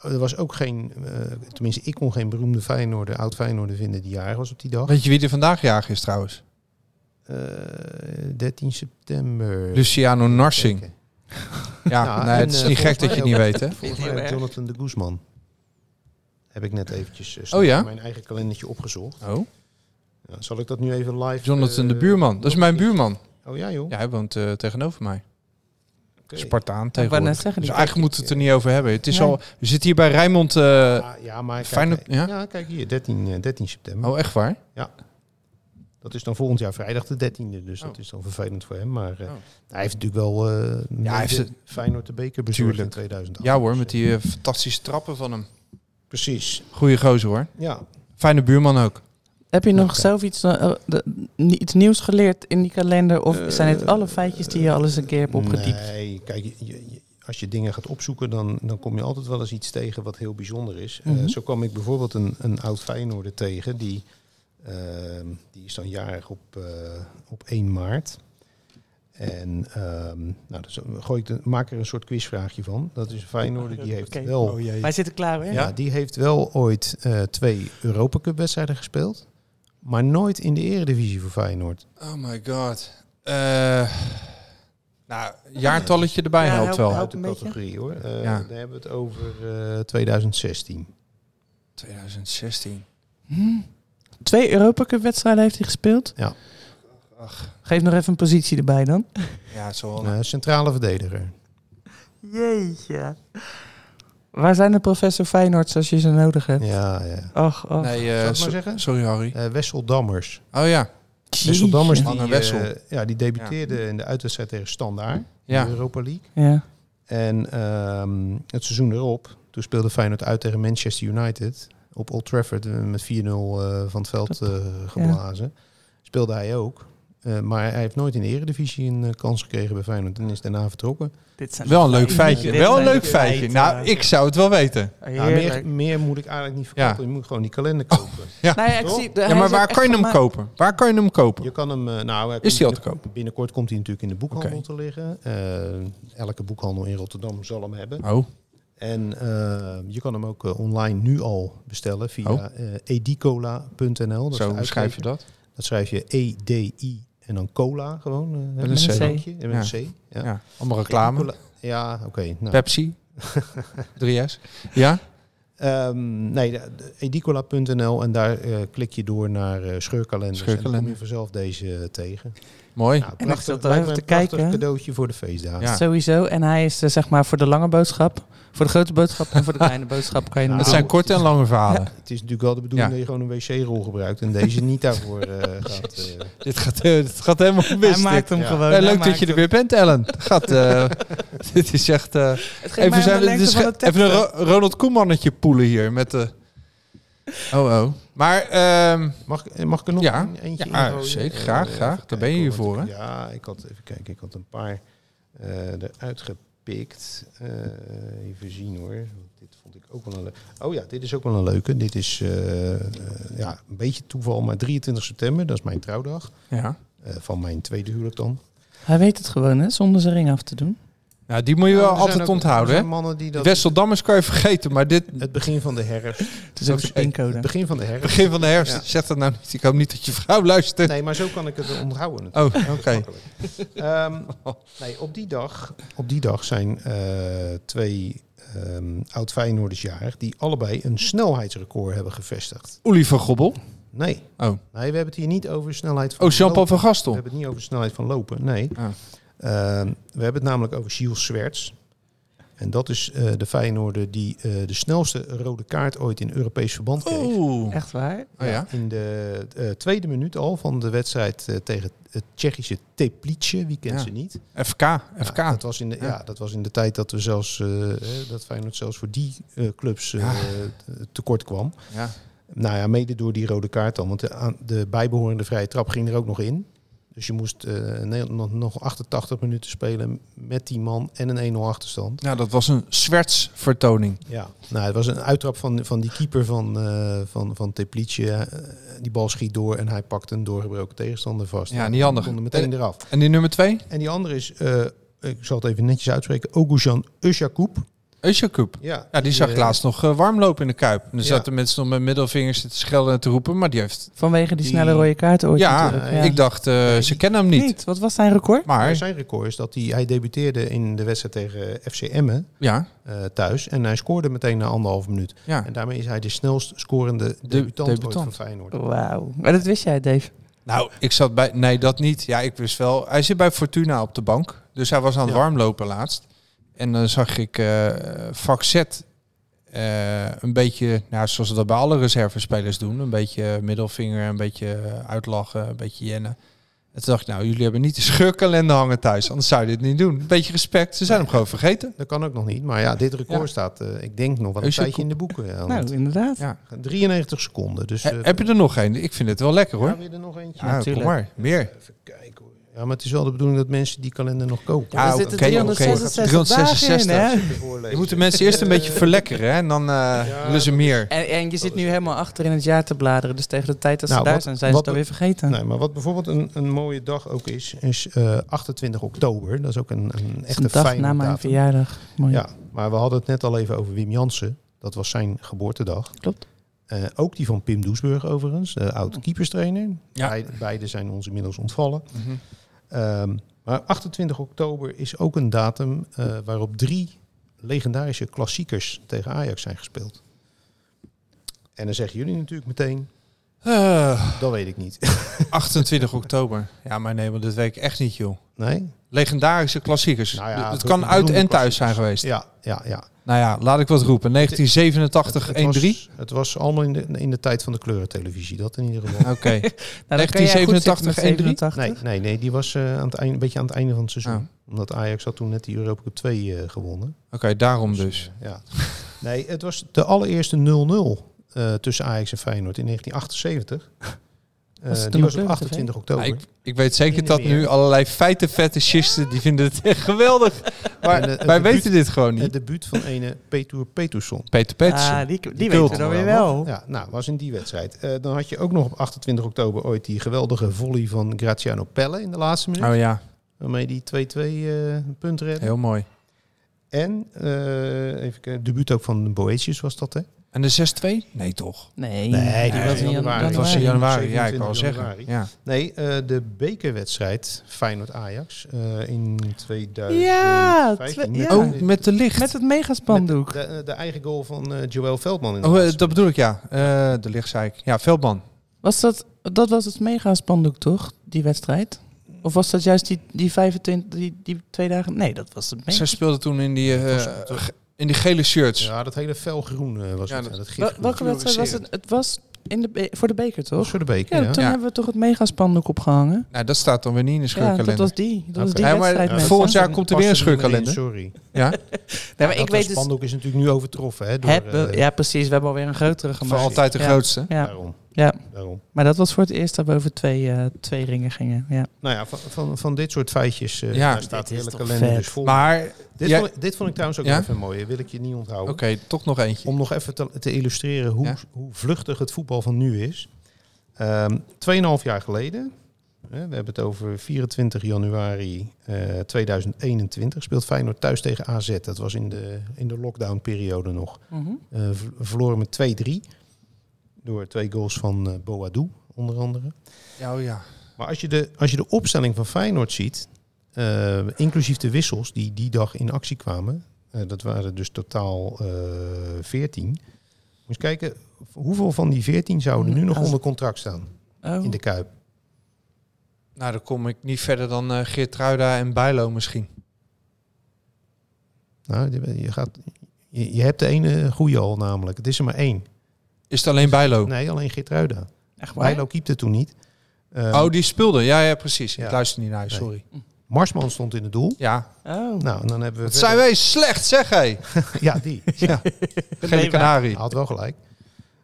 Speaker 8: er was ook geen, eh, tenminste ik kon geen beroemde Feyenoorder, oud Feyenoorder vinden die jarig was op die dag.
Speaker 4: Weet je wie er vandaag jarig is trouwens?
Speaker 8: Eh, 13 september.
Speaker 4: Luciano Narsing. Ja,
Speaker 8: Ja,
Speaker 4: nee,
Speaker 8: en,
Speaker 4: Ah, nou, het is
Speaker 8: eh,
Speaker 4: niet gek
Speaker 8: volgens
Speaker 4: dat je
Speaker 8: mij
Speaker 4: het niet
Speaker 8: ook-
Speaker 4: weet, hè?
Speaker 8: Volgens
Speaker 7: Heel
Speaker 8: mij ook
Speaker 7: erg.
Speaker 8: Jonathan de Guzman. Heb ik net eventjes eh,
Speaker 4: Oh ja?
Speaker 8: mijn eigen kalendertje opgezocht.
Speaker 4: Oh.
Speaker 8: Ja, zal ik dat nu even live...
Speaker 4: Jonathan
Speaker 8: eh,
Speaker 4: de buurman. Dat is mijn buurman.
Speaker 8: Oh ja joh.
Speaker 4: Ja, hij woont eh, tegenover mij.
Speaker 8: Oké.
Speaker 4: Spartaan
Speaker 7: Ik wou
Speaker 4: tegenwoordig.
Speaker 7: net zeggen,
Speaker 4: dus
Speaker 7: die
Speaker 4: eigenlijk moeten we het er niet over hebben. Het is
Speaker 7: Nee.
Speaker 4: al, we zitten hier bij Rijnmond. eh,
Speaker 8: Ja, ja, maar kijk,
Speaker 4: Feyenoord-
Speaker 8: eh,
Speaker 4: ja?
Speaker 8: ja? kijk hier, 13, eh, 13 september.
Speaker 4: oh, echt waar?
Speaker 8: Dat is dan volgend jaar vrijdag de 13e,
Speaker 4: Oh.
Speaker 8: dus dat is dan vervelend voor hem. Maar eh, hij heeft natuurlijk wel eh ja,
Speaker 4: hij heeft het-
Speaker 8: Feyenoord de beker bezorgd in
Speaker 4: Tuurlijk.
Speaker 8: 2008.
Speaker 4: Ja hoor, met die eh, fantastische trappen van hem.
Speaker 8: Precies,
Speaker 4: Goeie gozer hoor.
Speaker 8: ja.
Speaker 4: Fijne buurman ook.
Speaker 7: Heb je nog zelf iets, eh, de- ni- iets nieuws geleerd in die kalender? Of zijn het alle feitjes die je al eens een keer hebt opgediept?
Speaker 8: Eh, Nee, kijk, je- je- als je dingen gaat opzoeken, dan, dan kom je altijd wel eens iets tegen wat heel bijzonder is. Eh, zo kwam ik bijvoorbeeld een, een oud Feyenoorder tegen, die, ehm, die is dan jarig op, eh, op 1 maart. En ehm, nou, dus gooi ik de, maak er een soort quizvraagje van. Dat is een Feyenoorder, die heeft
Speaker 7: Oké.
Speaker 8: wel...
Speaker 7: Wij zitten klaar, hè?
Speaker 8: Ja, die heeft wel ooit eh, twee Europa Cup wedstrijden gespeeld. Maar nooit in de eredivisie voor Feyenoord.
Speaker 4: Oh my god. Eh, nou, jaartalletje erbij
Speaker 7: Ja,
Speaker 4: helpt
Speaker 7: help-
Speaker 4: wel.
Speaker 7: help.
Speaker 8: Uit de
Speaker 7: een beetje?
Speaker 8: categorie hoor. Eh
Speaker 4: Ja.
Speaker 8: Dan hebben we het over eh, 2016.
Speaker 4: 2016.
Speaker 7: Twee Europa Cup wedstrijden heeft hij gespeeld.
Speaker 8: Ja.
Speaker 7: Geef nog even een positie erbij dan.
Speaker 4: Ja, het zal wel.
Speaker 8: Eh, centrale verdediger.
Speaker 7: Jeetje. Waar zijn de professor Feyenoords als je ze nodig hebt?
Speaker 8: Ja, ja.
Speaker 7: Och, och.
Speaker 4: Nee, eh,
Speaker 8: Zal ik maar
Speaker 4: so-
Speaker 8: zeggen?
Speaker 4: sorry Harry.
Speaker 8: Eh, Wessel Dammers.
Speaker 4: Oh ja,
Speaker 8: Wessel Dammers
Speaker 4: Jeetje.
Speaker 8: die,
Speaker 4: Lange Wessel.
Speaker 8: eh, ja, die debuteerde in de uitwedstrijd tegen Standaard.
Speaker 4: Ja.
Speaker 8: In de Europa League.
Speaker 7: Ja.
Speaker 8: En ehm, het seizoen erop, toen speelde Feyenoord uit tegen Manchester United. Op Old Trafford eh, met 4-0 eh, van het veld eh, geblazen. Speelde hij ook. Eh, maar hij heeft nooit in de eredivisie een eh, kans gekregen bij Feyenoord. En is daarna vertrokken.
Speaker 7: Dit zijn
Speaker 4: wel een leuk
Speaker 7: Dit
Speaker 4: feitje.
Speaker 7: zijn
Speaker 4: Wel een
Speaker 7: de
Speaker 4: leuk feitje.
Speaker 7: feiten.
Speaker 4: Nou, ik Nou, zou het wel weten.
Speaker 8: Ja,
Speaker 7: Heerlijk.
Speaker 8: meer, meer moet ik eigenlijk niet
Speaker 4: Ja.
Speaker 8: verkopen. Je moet gewoon die kalender kopen.
Speaker 7: Nou ja, ik
Speaker 8: Toch?
Speaker 7: zie, de-
Speaker 4: Ja,
Speaker 7: hij
Speaker 4: maar
Speaker 7: is ook
Speaker 4: waar
Speaker 7: echt
Speaker 4: kan je hem
Speaker 7: gemaakt-
Speaker 4: kopen? Waar kan je hem kopen?
Speaker 8: Je kan hem, eh, nou, hij
Speaker 4: Is
Speaker 8: komt
Speaker 4: die al te
Speaker 8: binnen-
Speaker 4: koop?
Speaker 8: Binnenkort komt hij natuurlijk in de boekhandel
Speaker 4: Oké.
Speaker 8: te liggen. Eh, elke boekhandel in Rotterdam zal hem hebben.
Speaker 4: Oh,
Speaker 8: En eh, je kan hem ook eh, online nu al bestellen via
Speaker 4: Oh.
Speaker 8: eh, edicola.nl. Dat is de
Speaker 4: zo hoe schrijf je
Speaker 8: uitgever.
Speaker 4: dat?
Speaker 8: Dat schrijf je E-D-I en dan cola gewoon. eh,
Speaker 4: een C.
Speaker 8: drankje. En met een C. Ja,
Speaker 4: Ja, allemaal reclame.
Speaker 8: Edicola- Ja, oké. nou.
Speaker 4: Pepsi. 3S. Ja?
Speaker 8: Ehm, nee, de- de- edicola.nl en daar eh, klik je door naar eh scheurkalenders. En dan kom
Speaker 4: Scheurkalender.
Speaker 8: je vanzelf deze eh, tegen.
Speaker 4: Mooi.
Speaker 8: Nou,
Speaker 7: ik zat
Speaker 8: prachtig,
Speaker 7: er
Speaker 8: lijkt me
Speaker 7: even
Speaker 8: een
Speaker 7: te
Speaker 8: prachtig
Speaker 7: kijken.
Speaker 8: cadeautje voor de feestdagen.
Speaker 4: Ja.
Speaker 7: Sowieso. En hij is eh, zeg maar voor de lange boodschap, voor de grote boodschap en voor de kleine boodschap kan je hem
Speaker 8: Nou,
Speaker 4: Het
Speaker 7: doen.
Speaker 4: zijn korte en lange verhalen.
Speaker 8: Het is natuurlijk wel de bedoeling
Speaker 4: Ja.
Speaker 8: dat je gewoon een wc-rol gebruikt en deze niet daarvoor eh, gaat. eh.
Speaker 4: Dit, gaat, eh, dit gaat helemaal mis.
Speaker 7: Hij maakt
Speaker 4: dit.
Speaker 7: hem
Speaker 8: Ja.
Speaker 7: gewoon.
Speaker 4: Eh,
Speaker 7: hij
Speaker 4: leuk dat
Speaker 7: maakt
Speaker 4: je er
Speaker 7: hem.
Speaker 4: weer bent, Ellen. Het Gaat, eh, dit is echt... eh,
Speaker 7: Het ging
Speaker 4: even,
Speaker 7: mij om
Speaker 4: zijn,
Speaker 7: de
Speaker 4: dit is
Speaker 7: lengte van
Speaker 4: ge-
Speaker 7: de tekst.
Speaker 4: even een Ro- Ronald Koemannetje poelen hier met de... Oh, oh. Maar ehm,
Speaker 8: Mag, ik- eh, mag ik er nog
Speaker 4: Ja.
Speaker 8: een, eentje
Speaker 4: Ja,
Speaker 8: ingooien?
Speaker 4: zeker.
Speaker 8: Eh,
Speaker 4: Graag,
Speaker 8: even
Speaker 4: graag. Daar
Speaker 8: kijken
Speaker 4: ben je hier
Speaker 8: hoor,
Speaker 4: voor,
Speaker 8: want
Speaker 4: hè?
Speaker 8: ik- Ja, ik had even kijken. Ik had een paar eh, eruit gepikt. Eh, even zien hoor. Want Dit vond ik ook wel een leuke. Oh ja, dit is ook wel een leuke. Dit is eh, eh, ja, een beetje toeval, maar 23 september, dat is mijn trouwdag.
Speaker 4: ja.
Speaker 8: eh, van mijn tweede huwelijk dan.
Speaker 7: Hij weet het gewoon, hè, zonder zijn ring af te doen.
Speaker 4: Nou, die moet je
Speaker 8: Ja,
Speaker 4: wel
Speaker 8: er zijn
Speaker 4: altijd
Speaker 8: ook-
Speaker 4: onthouden,
Speaker 8: er
Speaker 4: hè?
Speaker 8: zijn mannen die dat
Speaker 4: Wesseldammers kan je vergeten, maar dit...
Speaker 8: het begin van de herfst.
Speaker 7: Het is ook
Speaker 4: Oké.
Speaker 7: zijn pincode.
Speaker 8: Het begin van de herfst.
Speaker 4: Begin van de herfst.
Speaker 8: Ja.
Speaker 4: Zeg dat nou niet. Ik hoop niet dat je vrouw luistert.
Speaker 8: Nee, maar zo kan ik het onthouden.
Speaker 4: Oh, oké.
Speaker 8: Makkelijk. Ehm, nee, op die dag, op die dag zijn eh, twee ehm oud Feyenoorders jarig die allebei een snelheidsrecord hebben gevestigd.
Speaker 4: Oelie van Gobbel.
Speaker 8: Nee.
Speaker 4: Oh.
Speaker 8: Nee, we hebben het hier niet over snelheid van
Speaker 4: Oh, Jean-Paul
Speaker 8: lopen.
Speaker 4: van
Speaker 8: We
Speaker 4: Gastel.
Speaker 8: hebben het niet over snelheid van lopen, nee.
Speaker 4: Ah.
Speaker 8: Ehm, we hebben het namelijk over Gilles Swerts. En dat is eh, de Feyenoorder die eh, de snelste rode kaart ooit in Europees verband
Speaker 4: Oh.
Speaker 8: kreeg.
Speaker 4: Oeh.
Speaker 7: Echt waar?
Speaker 4: Oh ja.
Speaker 8: In de eh, tweede minuut al van de wedstrijd eh, tegen het Tsjechische Teplice. Wie kent
Speaker 4: Ja.
Speaker 8: ze niet?
Speaker 4: FK. FK.
Speaker 8: Ja, dat was in de, ja.
Speaker 4: Ja.
Speaker 8: dat was in de tijd dat we zelfs eh, eh, dat Feyenoord zelfs voor die eh, clubs eh, eh, tekort kwam.
Speaker 4: Ja.
Speaker 8: Nou ja, mede door die rode kaart dan. Want de, aan- de bijbehorende vrije trap ging er ook nog in. Dus je moest eh, Nederland nog, nog 88 minuten spelen met die man en een 1-0 achterstand.
Speaker 4: Nou, dat was een zwertsvertoning.
Speaker 8: Ja. Nou, het was een uittrap van, van die keeper van, eh van, van Teplice. Eh, die bal schiet door en hij pakt een doorgebroken tegenstander vast.
Speaker 4: Ja,
Speaker 8: Nou,
Speaker 4: niet
Speaker 8: die
Speaker 4: handig.
Speaker 8: konden meteen eraf.
Speaker 4: En die nummer twee?
Speaker 8: En die andere is, eh, ik zal het even netjes uitspreken, Ogujan Usjakoub.
Speaker 4: Eusjakoub.
Speaker 8: Ja,
Speaker 4: Ja, die zag
Speaker 8: eh,
Speaker 4: laatst nog eh, warm lopen in de Kuip. En er
Speaker 8: Ja.
Speaker 4: zaten mensen nog met middelvingers te schelden en te roepen. Maar die heeft...
Speaker 7: Vanwege die
Speaker 8: Die-
Speaker 7: snelle rode kaart ooit
Speaker 4: Ja,
Speaker 7: natuurlijk. Ja.
Speaker 4: ik dacht, eh, ze kennen hem niet.
Speaker 7: Wat was zijn record?
Speaker 4: Maar,
Speaker 8: Zijn record is dat hij, hij debuteerde in de wedstrijd tegen FC Emmen
Speaker 4: ja.
Speaker 8: eh, thuis. En hij scoorde meteen na anderhalf minuut.
Speaker 4: ja.
Speaker 8: En daarmee is hij de snelst scorende debutant, ooit
Speaker 4: debutant.
Speaker 8: van Feyenoord.
Speaker 7: Wauw. Maar dat wist jij, Dave.
Speaker 4: Nou, ik zat bij... Nee, dat niet. Ja, ik wist wel... Hij zit bij Fortuna op de bank. Dus hij was aan het
Speaker 8: Ja.
Speaker 4: warmlopen laatst. En dan zag ik eh vak Z eh, een beetje... Nou, zoals we dat bij alle reservespelers doen. Een beetje middelvinger, een beetje eh, uitlachen, een beetje jennen. En toen dacht ik, nou, jullie hebben niet de scheurkalender hangen thuis. Anders zou je dit niet doen. Een beetje respect. Ze zijn hem gewoon vergeten.
Speaker 8: Dat kan ook nog niet. Maar ja, dit record
Speaker 4: Ja.
Speaker 8: staat, eh, ik denk nog wel een
Speaker 4: Usjakoub.
Speaker 8: tijdje in de boeken. ja, want
Speaker 7: Nou, inderdaad.
Speaker 4: Ja.
Speaker 8: 93 seconden. Dus,
Speaker 4: He- heb je er nog een? Ik vind het wel lekker, hoor.
Speaker 8: weer er nog eentje?
Speaker 4: Ja,
Speaker 7: natuurlijk.
Speaker 4: kom maar. Meer.
Speaker 8: Even kijken hoor. Ja, maar het is wel de bedoeling dat mensen die kalender nog kopen.
Speaker 4: Ja,
Speaker 7: Er
Speaker 4: oké,
Speaker 7: zitten
Speaker 4: oké.
Speaker 7: 366 dagen in, hè?
Speaker 4: Je moet de mensen eerst een beetje verlekkeren, hè? En dan eh willen ze meer.
Speaker 7: En, en je zit nu helemaal achter in het jaar te bladeren. Dus tegen de tijd dat ze
Speaker 8: Nou,
Speaker 7: daar
Speaker 8: wat-
Speaker 7: zijn, zijn ze
Speaker 8: wat-
Speaker 7: het alweer vergeten.
Speaker 8: Nee, maar wat bijvoorbeeld een, een mooie dag ook is, is eh, 28 oktober. Dat is ook een, een
Speaker 7: Het is
Speaker 8: echte
Speaker 7: een dag
Speaker 8: fijne
Speaker 7: na mijn
Speaker 8: datum.
Speaker 7: verjaardag. Mooi.
Speaker 8: Ja, maar we hadden het net al even over Wim Jansen. Dat was zijn geboortedag.
Speaker 7: Klopt. Nou,
Speaker 8: Eh, ook die van Pim Doesburg overigens, de oud-keeperstrainer.
Speaker 4: Ja.
Speaker 8: Beide, beide zijn ons inmiddels ontvallen. Ehm, maar 28 oktober is ook een datum eh, waarop drie legendarische klassiekers tegen Ajax zijn gespeeld. En dan zeggen jullie natuurlijk meteen,
Speaker 4: Eh,
Speaker 8: dat weet ik niet.
Speaker 4: 28 oktober. Ja, maar nee, want dat weet ik echt niet, joh.
Speaker 8: Nee?
Speaker 4: Legendarische klassiekers.
Speaker 8: Nou ja,
Speaker 4: D- het
Speaker 8: be-
Speaker 4: kan uit en
Speaker 8: beroemde
Speaker 4: thuis zijn geweest.
Speaker 8: Ja, ja, ja.
Speaker 4: Nou ja, laat ik wat roepen. 1987 1-3.
Speaker 8: was, het was allemaal in de, in de tijd van de kleurentelevisie, dat in ieder geval.
Speaker 4: Oké.
Speaker 7: Nou, dan kan jij goed zitten met
Speaker 4: 1987, 1-3.
Speaker 7: Nou,
Speaker 8: Nee, nee, nee, die was eh, aan het einde, een beetje aan het einde van het seizoen.
Speaker 4: Oh.
Speaker 8: Omdat Ajax had toen net die Europa Cup 2 eh, gewonnen.
Speaker 4: Oké, daarom dus.
Speaker 8: Ja. nee, het was de allereerste 0-0 eh, tussen Ajax en Feyenoord in 1978. Eh,
Speaker 7: Was het toen
Speaker 8: die
Speaker 7: op
Speaker 8: was op
Speaker 7: kleuren
Speaker 8: 28 oktober.
Speaker 4: Nou, ik, ik weet zeker
Speaker 8: Heen en
Speaker 4: dat
Speaker 8: weer.
Speaker 4: nu allerlei feitenfetischisten die vinden het echt
Speaker 7: Ah,
Speaker 4: geweldig. Maar
Speaker 8: En, eh, het
Speaker 4: wij
Speaker 8: debuut-
Speaker 4: weten dit gewoon niet.
Speaker 8: Het debuut van ene Petur Peterson.
Speaker 4: Peter Petersen.
Speaker 7: Ah, die, die
Speaker 4: Kult.
Speaker 7: weten we dan weer wel.
Speaker 8: Ja, nou, was in die wedstrijd. Eh, dan had je ook nog op 28 oktober ooit die geweldige volley van Graziano Pelle in de laatste minuut.
Speaker 4: Oh ja,
Speaker 8: Waarmee die 2-2 eh, een punt redde.
Speaker 4: heel mooi.
Speaker 8: En, eh even kijken, debuut ook van Boetjes was dat, hè?
Speaker 4: En de 6-2? Nee, toch?
Speaker 7: Nee,
Speaker 8: Nee, die
Speaker 7: dat
Speaker 8: was
Speaker 7: is
Speaker 8: in
Speaker 7: niet aan-
Speaker 8: januari.
Speaker 7: dat
Speaker 4: Dat was in
Speaker 8: Januari.
Speaker 4: januari, ja, ik
Speaker 8: 27
Speaker 4: wou al zeggen.
Speaker 8: januari.
Speaker 4: Ja.
Speaker 8: Nee, eh, de bekerwedstrijd Feyenoord-Ajax eh, in 2015.
Speaker 7: Ja, twe- ja.
Speaker 4: Oh, met de licht.
Speaker 7: Met het megaspandoek.
Speaker 8: De, de, de eigen goal van eh Joël Veldman. In de
Speaker 4: Oh, eh,
Speaker 8: laatste
Speaker 4: dat bedoel ik, ja. Eh, de licht, zei ik. Ja, Veldman.
Speaker 7: Was dat, dat was het megaspandoek, toch? Die wedstrijd? Of was dat juist die, die 25, die, die twee dagen? Nee, dat was het
Speaker 4: Zij
Speaker 7: mega.
Speaker 4: speelde toen in die, eh, ge- in die gele shirts.
Speaker 8: Ja, dat hele felgroen eh, was
Speaker 4: Ja,
Speaker 8: het.
Speaker 4: dat-
Speaker 8: ja, dat
Speaker 7: Wel-
Speaker 8: gifgroen.
Speaker 7: Welke wedstrijd was het? Het was in de, be- voor de beker,
Speaker 8: Dat was
Speaker 7: toch?
Speaker 8: voor de
Speaker 7: Ja,
Speaker 8: beker,
Speaker 7: toen
Speaker 8: ja.
Speaker 4: Ja.
Speaker 7: hebben we toch het megaspandoek opgehangen?
Speaker 4: Nou, dat staat dan weer niet in de
Speaker 7: Ja,
Speaker 4: scheurkalender.
Speaker 7: dat was die. Dat was die
Speaker 4: Ja, maar
Speaker 7: wedstrijd.
Speaker 4: ja,
Speaker 7: mensen.
Speaker 4: volgend jaar komt er weer een
Speaker 8: Past er niet meer in,
Speaker 4: scheurkalender.
Speaker 8: Sorry.
Speaker 4: Ja?
Speaker 7: Nee, maar
Speaker 8: Dat
Speaker 7: ik weet dus...
Speaker 8: spandoek is natuurlijk nu overtroffen. Hè, door,
Speaker 7: Hebben,
Speaker 8: eh,
Speaker 7: ja, precies. We hebben alweer een grotere
Speaker 4: Voor
Speaker 7: gemaakt.
Speaker 4: altijd de
Speaker 7: Ja.
Speaker 4: grootste.
Speaker 7: Ja,
Speaker 8: Daarom.
Speaker 7: ja,
Speaker 8: daarom.
Speaker 7: maar dat was voor het eerst dat we over twee, eh, twee ringen gingen. Ja.
Speaker 8: Nou ja, van, van, van dit soort feitjes eh,
Speaker 4: Ja.
Speaker 8: daar staat de
Speaker 7: Dit is
Speaker 8: hele
Speaker 7: toch
Speaker 8: kalender
Speaker 7: vet.
Speaker 8: dus vol.
Speaker 4: Maar,
Speaker 8: dit,
Speaker 4: jij-
Speaker 8: vond, ik- dit vond ik trouwens ook
Speaker 4: Ja?
Speaker 8: even mooi. Wil ik je niet onthouden.
Speaker 4: oké, toch nog eentje.
Speaker 8: Om nog even te, te illustreren hoe,
Speaker 4: Ja.
Speaker 8: hoe vluchtig het voetbal van nu is. Ehm 2,5 jaar geleden, hè, we hebben het over 24 januari eh, 2021, speelt Feyenoord thuis tegen AZ. Dat was in de, in de lockdownperiode nog.
Speaker 4: Mhm.
Speaker 8: Eh, v- verloren met 2-3 door twee goals van eh Boadou, onder andere.
Speaker 4: Ja, oh ja.
Speaker 8: Maar als je de, als je de opstelling van Feyenoord ziet, eh, inclusief de wissels die die dag in actie kwamen, eh, dat waren dus totaal eh 14. Moet je eens kijken, hoeveel van die 14 zouden nu nog
Speaker 7: Als-
Speaker 8: onder contract staan
Speaker 7: Oh.
Speaker 8: in de Kuip?
Speaker 4: Nou, dan kom ik niet verder dan eh Geertruida en Bijlo misschien.
Speaker 8: Nou, die- je, gaat, je, je hebt de ene goede al namelijk. Het is er maar één.
Speaker 4: Is het alleen Bijlo?
Speaker 8: Nee, alleen Geertruida.
Speaker 7: Oh, Echt waar?
Speaker 8: Bijlo keepte toen niet. Eh,
Speaker 4: Oh, die speelde. Ja, ja, precies.
Speaker 8: Ja.
Speaker 4: Ik luister niet naar je,
Speaker 8: Nee.
Speaker 4: sorry.
Speaker 8: Marsman stond in het doel.
Speaker 4: Ja.
Speaker 7: Oh.
Speaker 8: Nou, en dan hebben we...
Speaker 4: Wat zijn
Speaker 8: verder-
Speaker 4: wij slecht, zeg hé.
Speaker 8: Ja, die.
Speaker 4: Ja. Gele
Speaker 7: wij-
Speaker 4: Canarie.
Speaker 8: Hij had wel gelijk.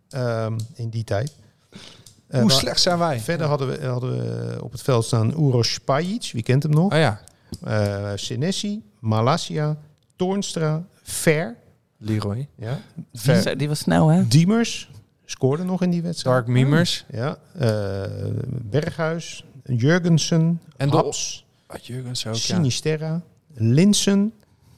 Speaker 8: Ehm, in die tijd. Eh,
Speaker 4: Hoe
Speaker 8: maar-
Speaker 4: slecht zijn wij?
Speaker 8: Verder hadden we, hadden we eh, op het veld staan Uros Pajic, wie kent hem nog?
Speaker 4: Oh ja,
Speaker 8: Eh Senesi, Malasia, Toornstra, Fer.
Speaker 4: Leroy.
Speaker 8: Ja,
Speaker 7: Die,
Speaker 8: Fer.
Speaker 7: zei- die was snel, hè?
Speaker 8: Diemers scoorde nog in die wedstrijd.
Speaker 4: Dark Memers.
Speaker 8: Ja, eh, Berghuis, Jurgensen,
Speaker 4: En de-
Speaker 8: Haps,
Speaker 4: Wat Jurgens ook, ja.
Speaker 8: Sinisterra, Linsen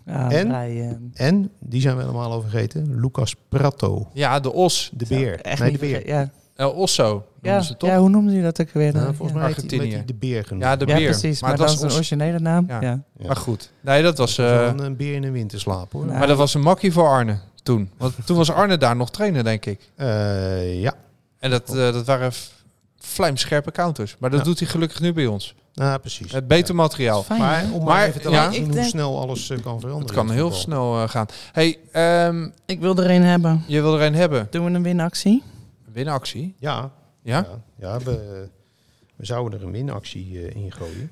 Speaker 7: Ja,
Speaker 8: En?
Speaker 7: Hij, eh,
Speaker 8: en, die zijn we helemaal al vergeten, Lucas Prato,
Speaker 4: Ja, de Os.
Speaker 8: de beer.
Speaker 7: echt
Speaker 8: nee, de
Speaker 7: niet
Speaker 8: beer.
Speaker 7: verge- Ja.
Speaker 4: El Osso.
Speaker 7: Ja,
Speaker 4: Ja, ze toch?
Speaker 7: ja,
Speaker 4: ja,
Speaker 7: hoe noemde hij dat ook weer?
Speaker 8: Nou,
Speaker 7: dan?
Speaker 8: volgens
Speaker 7: ja.
Speaker 8: mij werd die- werd
Speaker 4: Argentinië.
Speaker 8: hij de beer genoemd.
Speaker 4: de
Speaker 7: Ja,
Speaker 4: beer.
Speaker 7: precies. Maar, dat is een
Speaker 4: Os.
Speaker 7: originele naam.
Speaker 4: Ja.
Speaker 7: Ja.
Speaker 4: Maar goed. Nee, dat was... eh,
Speaker 8: Van een beer in een winterslaap hoor.
Speaker 7: Nou.
Speaker 4: maar dat was een makkie voor Arne toen. Want toen was Arne daar nog trainer, denk ik.
Speaker 8: Eh, ja,
Speaker 4: En dat, eh, dat waren f- vlijmscherpe counters. Maar dat
Speaker 8: Ja.
Speaker 4: doet hij gelukkig nu bij ons.
Speaker 8: nou, precies.
Speaker 4: Met beter materiaal.
Speaker 7: Fijn, hè?
Speaker 8: Maar om maar,
Speaker 4: Maar,
Speaker 8: even te
Speaker 4: ja.
Speaker 8: laten zien
Speaker 7: Ik
Speaker 8: hoe
Speaker 7: denk-
Speaker 8: snel alles eh, kan veranderen.
Speaker 4: Het kan
Speaker 8: in
Speaker 4: heel
Speaker 8: voetbal.
Speaker 4: snel eh, gaan. hey, ehm,
Speaker 7: Ik wil er een hebben.
Speaker 4: je wil er een hebben.
Speaker 7: Doen we een winactie?
Speaker 4: Winactie.
Speaker 8: Ja,
Speaker 4: Ja?
Speaker 8: ja. ja we, we zouden er een winactie eh in gooien.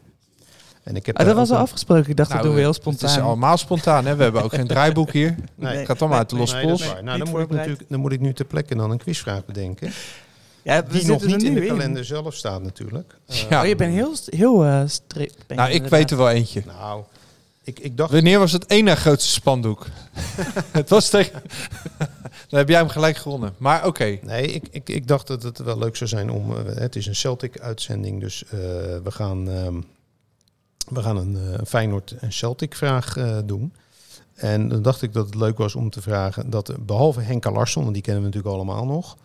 Speaker 8: En ik heb
Speaker 7: Ah, dat
Speaker 8: daar
Speaker 7: was
Speaker 8: ook
Speaker 7: al
Speaker 8: een-
Speaker 7: afgesproken. Ik dacht,
Speaker 4: Nou,
Speaker 7: dat doen we heel
Speaker 4: Het is
Speaker 7: spontaan.
Speaker 4: allemaal spontaan. Hè? We hebben ook geen draaiboek hier.
Speaker 8: Nee.
Speaker 4: Het gaat allemaal uit de losse
Speaker 8: Nee, dat is
Speaker 4: pols.
Speaker 8: waar. Nou, dan
Speaker 7: Niet
Speaker 8: moet, ik
Speaker 7: voorbereid.
Speaker 8: natuurlijk, dan moet ik nu ter plekke dan een quizvraag bedenken.
Speaker 7: ja, we
Speaker 8: Die nog
Speaker 7: zitten er
Speaker 8: niet in
Speaker 7: nu
Speaker 8: de kalender zelf staat natuurlijk. Eh,
Speaker 4: Ja.
Speaker 7: Oh, je bent heel, st- heel eh strikt. ben je
Speaker 4: Nou, ik
Speaker 7: inderdaad.
Speaker 4: weet er wel eentje.
Speaker 8: Nou, ik, ik dacht...
Speaker 4: Wanneer was het één na grootste spandoek? het was tegen... Dan heb jij hem gelijk gewonnen. Maar oké.
Speaker 8: Nee, ik, ik, ik dacht dat het wel leuk zou zijn om... eh, het is een Celtic-uitzending, dus eh, we gaan, ehm, we gaan een eh, Feyenoord- en Celtic-vraag eh, doen. En dan dacht ik dat het leuk was om te vragen dat eh, behalve Henk Larsson, want die kennen we natuurlijk allemaal nog...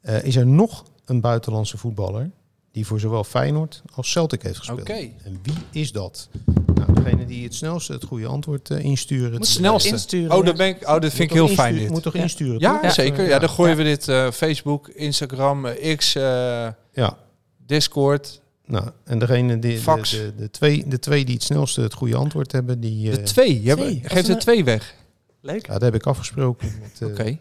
Speaker 8: eh, is er nog een buitenlandse voetballer die voor zowel Feyenoord als Celtic heeft gespeeld.
Speaker 4: Oké.
Speaker 8: En wie is dat? Nou, degene die het snelste het goede antwoord eh, insturen.
Speaker 4: Het
Speaker 8: te-
Speaker 4: snelste.
Speaker 7: insturen,
Speaker 4: oh, dat
Speaker 7: ja.
Speaker 4: ben ik, oh, dat
Speaker 8: Moet
Speaker 4: vind ik
Speaker 8: toch
Speaker 4: heel
Speaker 8: insturen-
Speaker 4: fijn dit.
Speaker 8: Moet toch
Speaker 7: Ja.
Speaker 8: insturen?
Speaker 4: Ja,
Speaker 8: toch?
Speaker 4: zeker. Ja, dan gooien we dit eh, Facebook, Instagram, eh, X, eh,
Speaker 8: Ja.
Speaker 4: Discord.
Speaker 8: Nou, en degene die de,
Speaker 4: Fax.
Speaker 8: de, de twee, de twee die het snelste het goede antwoord hebben, die. eh,
Speaker 4: De twee. Je hebt-
Speaker 7: twee. Als
Speaker 4: geeft
Speaker 8: nou-
Speaker 7: we-
Speaker 4: er twee weg.
Speaker 7: Leuk.
Speaker 8: ja, dat heb ik afgesproken met eh
Speaker 4: Oké.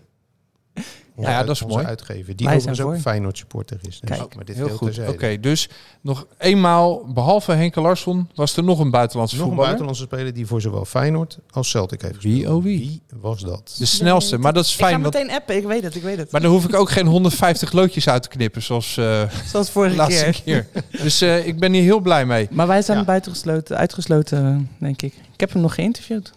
Speaker 8: onze,
Speaker 4: Ja,
Speaker 8: uit-
Speaker 4: dat is
Speaker 8: onze
Speaker 4: mooi.
Speaker 8: uitgever. Die
Speaker 7: Wij
Speaker 8: overigens
Speaker 7: zijn
Speaker 8: ook een
Speaker 7: voor.
Speaker 8: Feyenoord supporter is. Dus,
Speaker 7: Kijk,
Speaker 8: maar dit
Speaker 4: Heel
Speaker 8: heel
Speaker 4: goed. Oké,
Speaker 8: terzijde.
Speaker 4: dus nog eenmaal, behalve Henke Larsson, was er nog een buitenlandse
Speaker 8: Nog een
Speaker 4: voetballer.
Speaker 8: buitenlandse speler die voor zowel Feyenoord als Celtic heeft gespeeld.
Speaker 4: Wie, oh wie? Dus-
Speaker 8: was dat?
Speaker 4: De snelste, maar dat is
Speaker 7: ik
Speaker 4: fijn.
Speaker 7: ga
Speaker 4: want-
Speaker 7: meteen appen, ik weet het, ik weet het.
Speaker 4: maar dan hoef ik ook geen 150 loodjes uit te knippen, zoals eh,
Speaker 7: Zoals
Speaker 4: de
Speaker 7: vorige
Speaker 4: laatste
Speaker 7: keer.
Speaker 4: keer. Dus eh, ik ben hier heel blij mee.
Speaker 7: Maar wij zijn
Speaker 8: Ja.
Speaker 7: buitengesloten, uitgesloten, denk ik. Ik heb hem nog geïnterviewd.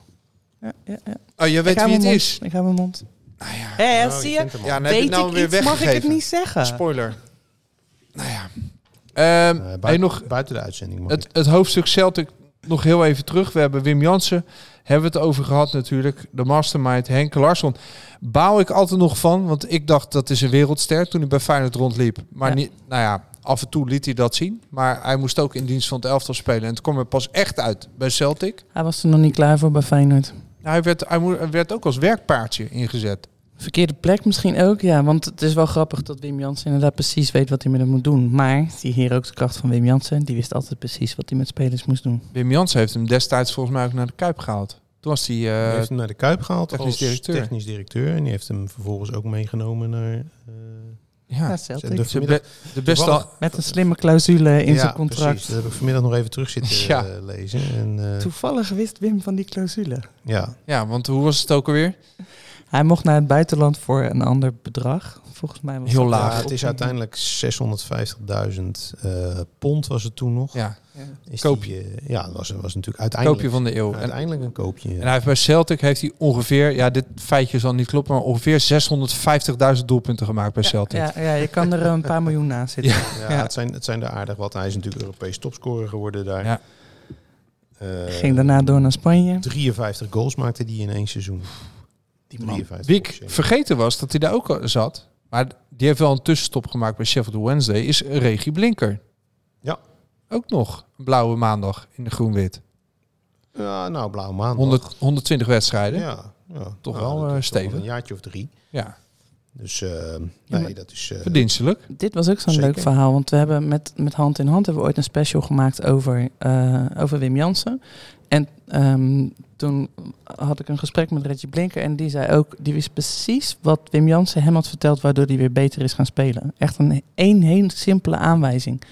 Speaker 7: Ja, ja, ja.
Speaker 4: Oh, je
Speaker 7: Ik
Speaker 4: weet wie
Speaker 7: hou
Speaker 4: het
Speaker 7: mijn mond.
Speaker 4: is. Nou
Speaker 7: Ik hou mijn mond. Hé,
Speaker 8: Oh,
Speaker 7: zie
Speaker 8: je
Speaker 7: je?
Speaker 8: kent hem al.
Speaker 4: Ja,
Speaker 7: Weet ik iets, mag ik het niet zeggen?
Speaker 4: Spoiler. Nou ja. Eh, Ehm,
Speaker 8: Eh,
Speaker 4: hey,
Speaker 8: buiten,
Speaker 4: nog
Speaker 8: buiten de uitzending. Mag
Speaker 4: het, het hoofdstuk Celtic nog heel even terug. We hebben Wim Jansen, hebben we het over gehad natuurlijk. De mastermind Henk Larsson. Baal ik altijd nog van, want ik dacht dat is een wereldster toen hij bij Feyenoord rondliep. Maar
Speaker 7: Ja.
Speaker 4: niet, nou ja, af en toe liet hij dat zien. Maar hij moest ook in dienst van het elftal spelen. En het kwam er pas echt uit bij Celtic.
Speaker 7: Hij was er nog niet klaar voor bij Feyenoord.
Speaker 4: Nou, hij, werd, hij mo- hij werd ook als werkpaardje ingezet.
Speaker 7: Verkeerde plek misschien ook, ja. Want het is wel grappig dat Wim Jansen inderdaad precies weet wat hij met hem moet doen. Maar zie hier ook de kracht van Wim Jansen. Die wist altijd precies wat hij met spelers moest doen.
Speaker 4: Wim Jansen heeft hem destijds volgens mij ook naar de Kuip gehaald. Toen was hij...
Speaker 8: Hij
Speaker 4: eh,
Speaker 8: heeft hem naar de Kuip gehaald
Speaker 4: technisch
Speaker 8: als
Speaker 4: directeur.
Speaker 8: technisch directeur. En die heeft hem vervolgens ook meegenomen naar... eh,
Speaker 4: ja,
Speaker 7: Ja,
Speaker 8: de
Speaker 7: Celtic.
Speaker 4: de,
Speaker 8: vanmiddag-
Speaker 4: be- de beste...
Speaker 8: toevallig-
Speaker 7: Met een slimme clausule in
Speaker 8: Ja,
Speaker 7: zijn contract.
Speaker 8: Precies, eh. dat heb ik vanmiddag nog even terug zitten
Speaker 4: Ja.
Speaker 8: eh, lezen. En, eh,
Speaker 7: Toevallig wist Wim van die clausule.
Speaker 8: ja,
Speaker 4: Ja, want hoe was het ook alweer?
Speaker 7: Hij mocht naar het buitenland voor een ander bedrag. Volgens mij was
Speaker 4: Heel
Speaker 7: dat
Speaker 4: laag.
Speaker 8: Ja, het is uiteindelijk 650.000 eh, pond was het toen nog.
Speaker 4: Ja,
Speaker 8: Is
Speaker 4: koopje.
Speaker 8: die, eh, ja, dat was, was natuurlijk uiteindelijk,
Speaker 4: koopje van de eeuw. En,
Speaker 8: uiteindelijk een koopje.
Speaker 4: en hij heeft bij Celtic heeft hij ongeveer, ja, dit feitje zal niet kloppen, maar ongeveer 650.000 doelpunten gemaakt bij
Speaker 7: Ja,
Speaker 4: Celtic.
Speaker 7: ja, ja, je kan er een paar miljoen naast zitten.
Speaker 8: ja,
Speaker 7: ja.
Speaker 8: Het, zijn, het zijn er aardig wat. Hij is natuurlijk Europees topscorer geworden daar.
Speaker 4: Ja.
Speaker 8: Eh,
Speaker 7: Ging daarna door naar Spanje.
Speaker 8: 53 goals maakte hij in één seizoen. Die man.
Speaker 4: Wie ik vergeten was dat hij daar ook al zat, maar die heeft wel een tussenstop gemaakt bij Sheffield Wednesday, is Regie Blinker.
Speaker 8: Ja.
Speaker 4: Ook nog een blauwe maandag in de groen-wit.
Speaker 8: Ja, nou, blauw maand.
Speaker 4: 100 120 wedstrijden. Ja.
Speaker 8: Ja, ja.
Speaker 4: Toch
Speaker 8: Nou,
Speaker 4: wel,
Speaker 8: dat
Speaker 4: eh,
Speaker 8: is
Speaker 4: stevig.
Speaker 8: Een jaartje of drie. Dus eh, nee, dat is... eh,
Speaker 4: Verdienstelijk.
Speaker 7: Dit was ook zo'n
Speaker 8: Zeker.
Speaker 7: leuk verhaal, want we hebben met, met Hand in Hand hebben we ooit een special gemaakt over, eh, over Wim Jansen. En ehm, toen had ik een gesprek met Reggie Blinker en die zei ook, die wist precies wat Wim Jansen hem had verteld, waardoor hij weer beter is gaan spelen. Echt een één heel simpele aanwijzing.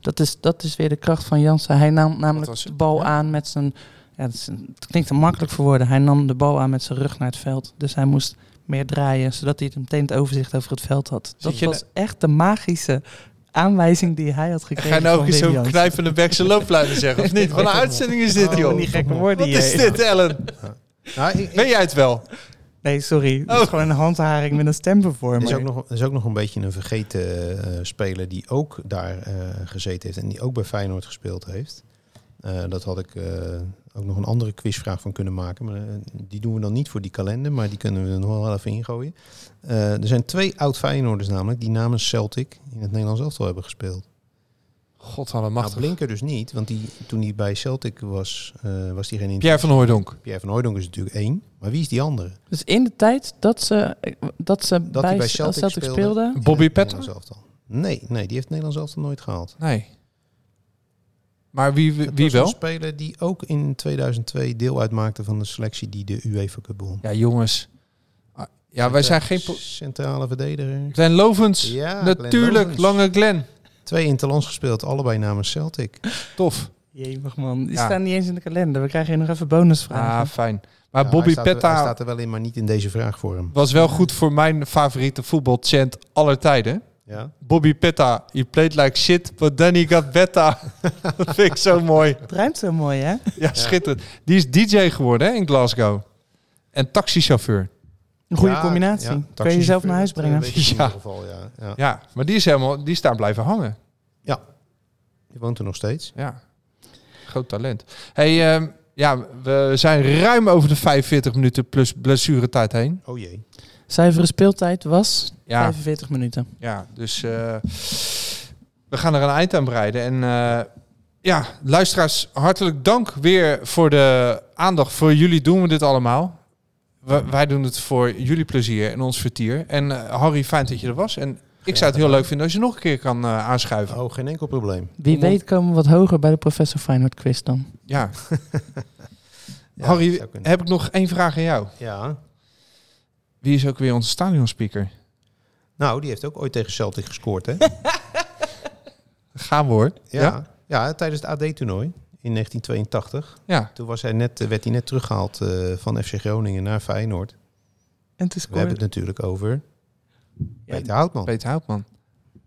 Speaker 7: Dat is, dat is weer de kracht van Jansen. Hij nam namelijk
Speaker 4: was
Speaker 7: de
Speaker 4: het?
Speaker 7: bal
Speaker 4: Ja.
Speaker 7: aan met zijn, ja, dat is een- het klinkt te makkelijk voor woorden, hij nam de bal aan met zijn rug naar het veld. Dus hij moest meer draaien, zodat hij het meteen het overzicht over het veld had. Dat
Speaker 4: je nou-
Speaker 7: was echt de magische aanwijzing die hij had gekregen.
Speaker 4: Ga je nou ook
Speaker 7: van
Speaker 4: eens
Speaker 7: Wim
Speaker 4: zo'n
Speaker 7: Jansen.
Speaker 4: knijpende bekse loopluiden zeggen, of niet? Wat een uitzending is dit,
Speaker 7: Oh,
Speaker 4: joh.
Speaker 7: die gekke woorden
Speaker 4: Wat is
Speaker 7: hier.
Speaker 4: dit, Ellen?
Speaker 8: nou, ik-
Speaker 4: Ben jij het wel?
Speaker 7: Nee, sorry. Het is
Speaker 4: Oh.
Speaker 7: gewoon een handharing met een stemvervorming.
Speaker 8: Er is, ook nog, er is ook nog een beetje een vergeten eh, speler die ook daar eh, gezeten heeft en die ook bij Feyenoord gespeeld heeft. Eh, dat had ik eh, ook nog een andere quizvraag van kunnen maken. Maar eh, die doen we dan niet voor die kalender, maar die kunnen we er nog wel even ingooien. Eh, er zijn twee oud Feyenoorders namelijk die namens Celtic in het Nederlands elftal hebben gespeeld.
Speaker 4: God,
Speaker 8: Nou, Blinker dus niet, want die, toen hij bij Celtic was, eh, was die geen inter-
Speaker 4: Pierre van Hooijdonk.
Speaker 8: Pierre van Hooijdonk is natuurlijk één, maar wie is die andere?
Speaker 7: Dus in de tijd dat ze, dat ze
Speaker 8: Dat
Speaker 7: bij,
Speaker 8: hij bij
Speaker 7: Celtic,
Speaker 8: Celtic
Speaker 7: speelde,
Speaker 8: speelde.
Speaker 4: Bobby Petter?
Speaker 8: Nederlands elftal. Nee, nee, die heeft het Nederlands elftal nooit gehaald.
Speaker 4: Nee. Maar wie, wie,
Speaker 8: Dat
Speaker 4: wie
Speaker 8: was een
Speaker 4: wel?
Speaker 8: speler die ook in 2002 deel uitmaakte van de selectie die de UEFA Cup won.
Speaker 4: Ja, jongens. Ah, Ja, wij zijn geen... pro-
Speaker 8: Centrale verdediger.
Speaker 4: Glenn Lovens.
Speaker 8: Ja,
Speaker 4: Natuurlijk,
Speaker 8: Glenn Lovens.
Speaker 4: lange Glenn.
Speaker 8: Twee interlands gespeeld, allebei namens Celtic.
Speaker 4: Tof.
Speaker 7: Jemig man, die
Speaker 4: Ja.
Speaker 7: staan niet eens in de kalender. We krijgen hier nog even
Speaker 4: Ah,
Speaker 7: bonusvragen.
Speaker 4: fijn. Maar
Speaker 8: Ja, hij
Speaker 4: Bobby
Speaker 8: staat er-
Speaker 4: Petta
Speaker 8: hij staat er wel in, maar niet in deze vraagvorm.
Speaker 4: was wel goed voor mijn favoriete voetbalchant aller tijden.
Speaker 8: Ja.
Speaker 4: Bobby Petta, he played like shit, but then he got better. Dat vind ik zo mooi.
Speaker 7: het ruimt zo mooi, hè?
Speaker 4: Ja, schitterend. Die is DJ geworden hè, in Glasgow. En taxichauffeur.
Speaker 7: Een goede
Speaker 8: Ja,
Speaker 7: combinatie.
Speaker 8: ja,
Speaker 7: Kun je jezelf naar huis brengen.
Speaker 8: taxichauffeur, dat, eh, weet ik
Speaker 4: Ja.
Speaker 8: in ieder geval, ja. Ja.
Speaker 4: Ja, maar die is helemaal... Die is daar blijven hangen.
Speaker 8: Ja. Die woont er nog steeds.
Speaker 4: Ja, groot talent. Hey, ehm, ja, we zijn ruim over de 45 minuten plus blessuretijd heen.
Speaker 8: Oh jee.
Speaker 7: Zuivere speeltijd was
Speaker 4: Ja,
Speaker 7: 45 minuten.
Speaker 4: ja dus eh, we gaan er een eind aan breiden. En eh, ja, luisteraars, hartelijk dank weer voor de aandacht. Voor jullie doen we dit allemaal. We- wij doen het voor jullie plezier en ons vertier. En eh, Harry, fijn dat je er was. En ik zou het heel leuk vinden als je nog een keer kan eh, aanschuiven.
Speaker 8: Oh, geen enkel probleem.
Speaker 7: Wie
Speaker 4: Omdat-
Speaker 7: weet komen we wat hoger bij de professor Feyenoord quiz dan.
Speaker 4: Ja.
Speaker 8: Ja, dat
Speaker 4: Harry,
Speaker 8: zou kunnen.
Speaker 4: heb ik nog één vraag aan jou.
Speaker 8: Ja.
Speaker 4: Wie is ook weer onze stadionspeaker?
Speaker 8: Nou, die heeft ook ooit tegen Celtic gescoord, hè?
Speaker 4: Gaan we hoor.
Speaker 8: Ja, ja? tijdens het AD-toernooi in 1982.
Speaker 4: Ja.
Speaker 8: Toen was hij net, eh, werd hij net teruggehaald eh, van FC Groningen naar Feyenoord. We
Speaker 7: En te
Speaker 8: hebben
Speaker 7: scoren.
Speaker 8: het natuurlijk over Peter Houtman.
Speaker 4: Peter Houtman.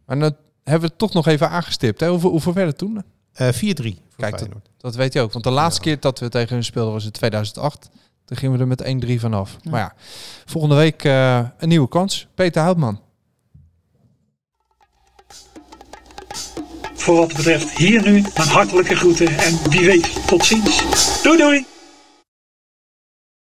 Speaker 4: Maar dat hebben we het toch nog even aangestipt. Hè? Hoeveel, hoeveel werd het toen?
Speaker 8: Eh 4-3 voor
Speaker 4: Kijk,
Speaker 8: Feyenoord.
Speaker 4: Dat weet je ook. Want de laatste
Speaker 8: Ja.
Speaker 4: keer dat we tegen hun speelden was in 2008. Toen gingen we er met 1-3 vanaf.
Speaker 7: Ja.
Speaker 4: Maar ja, volgende week eh, een nieuwe kans. Peter Houtman.
Speaker 10: Voor wat betreft hier nu een hartelijke groeten en wie weet tot ziens. Doei doei!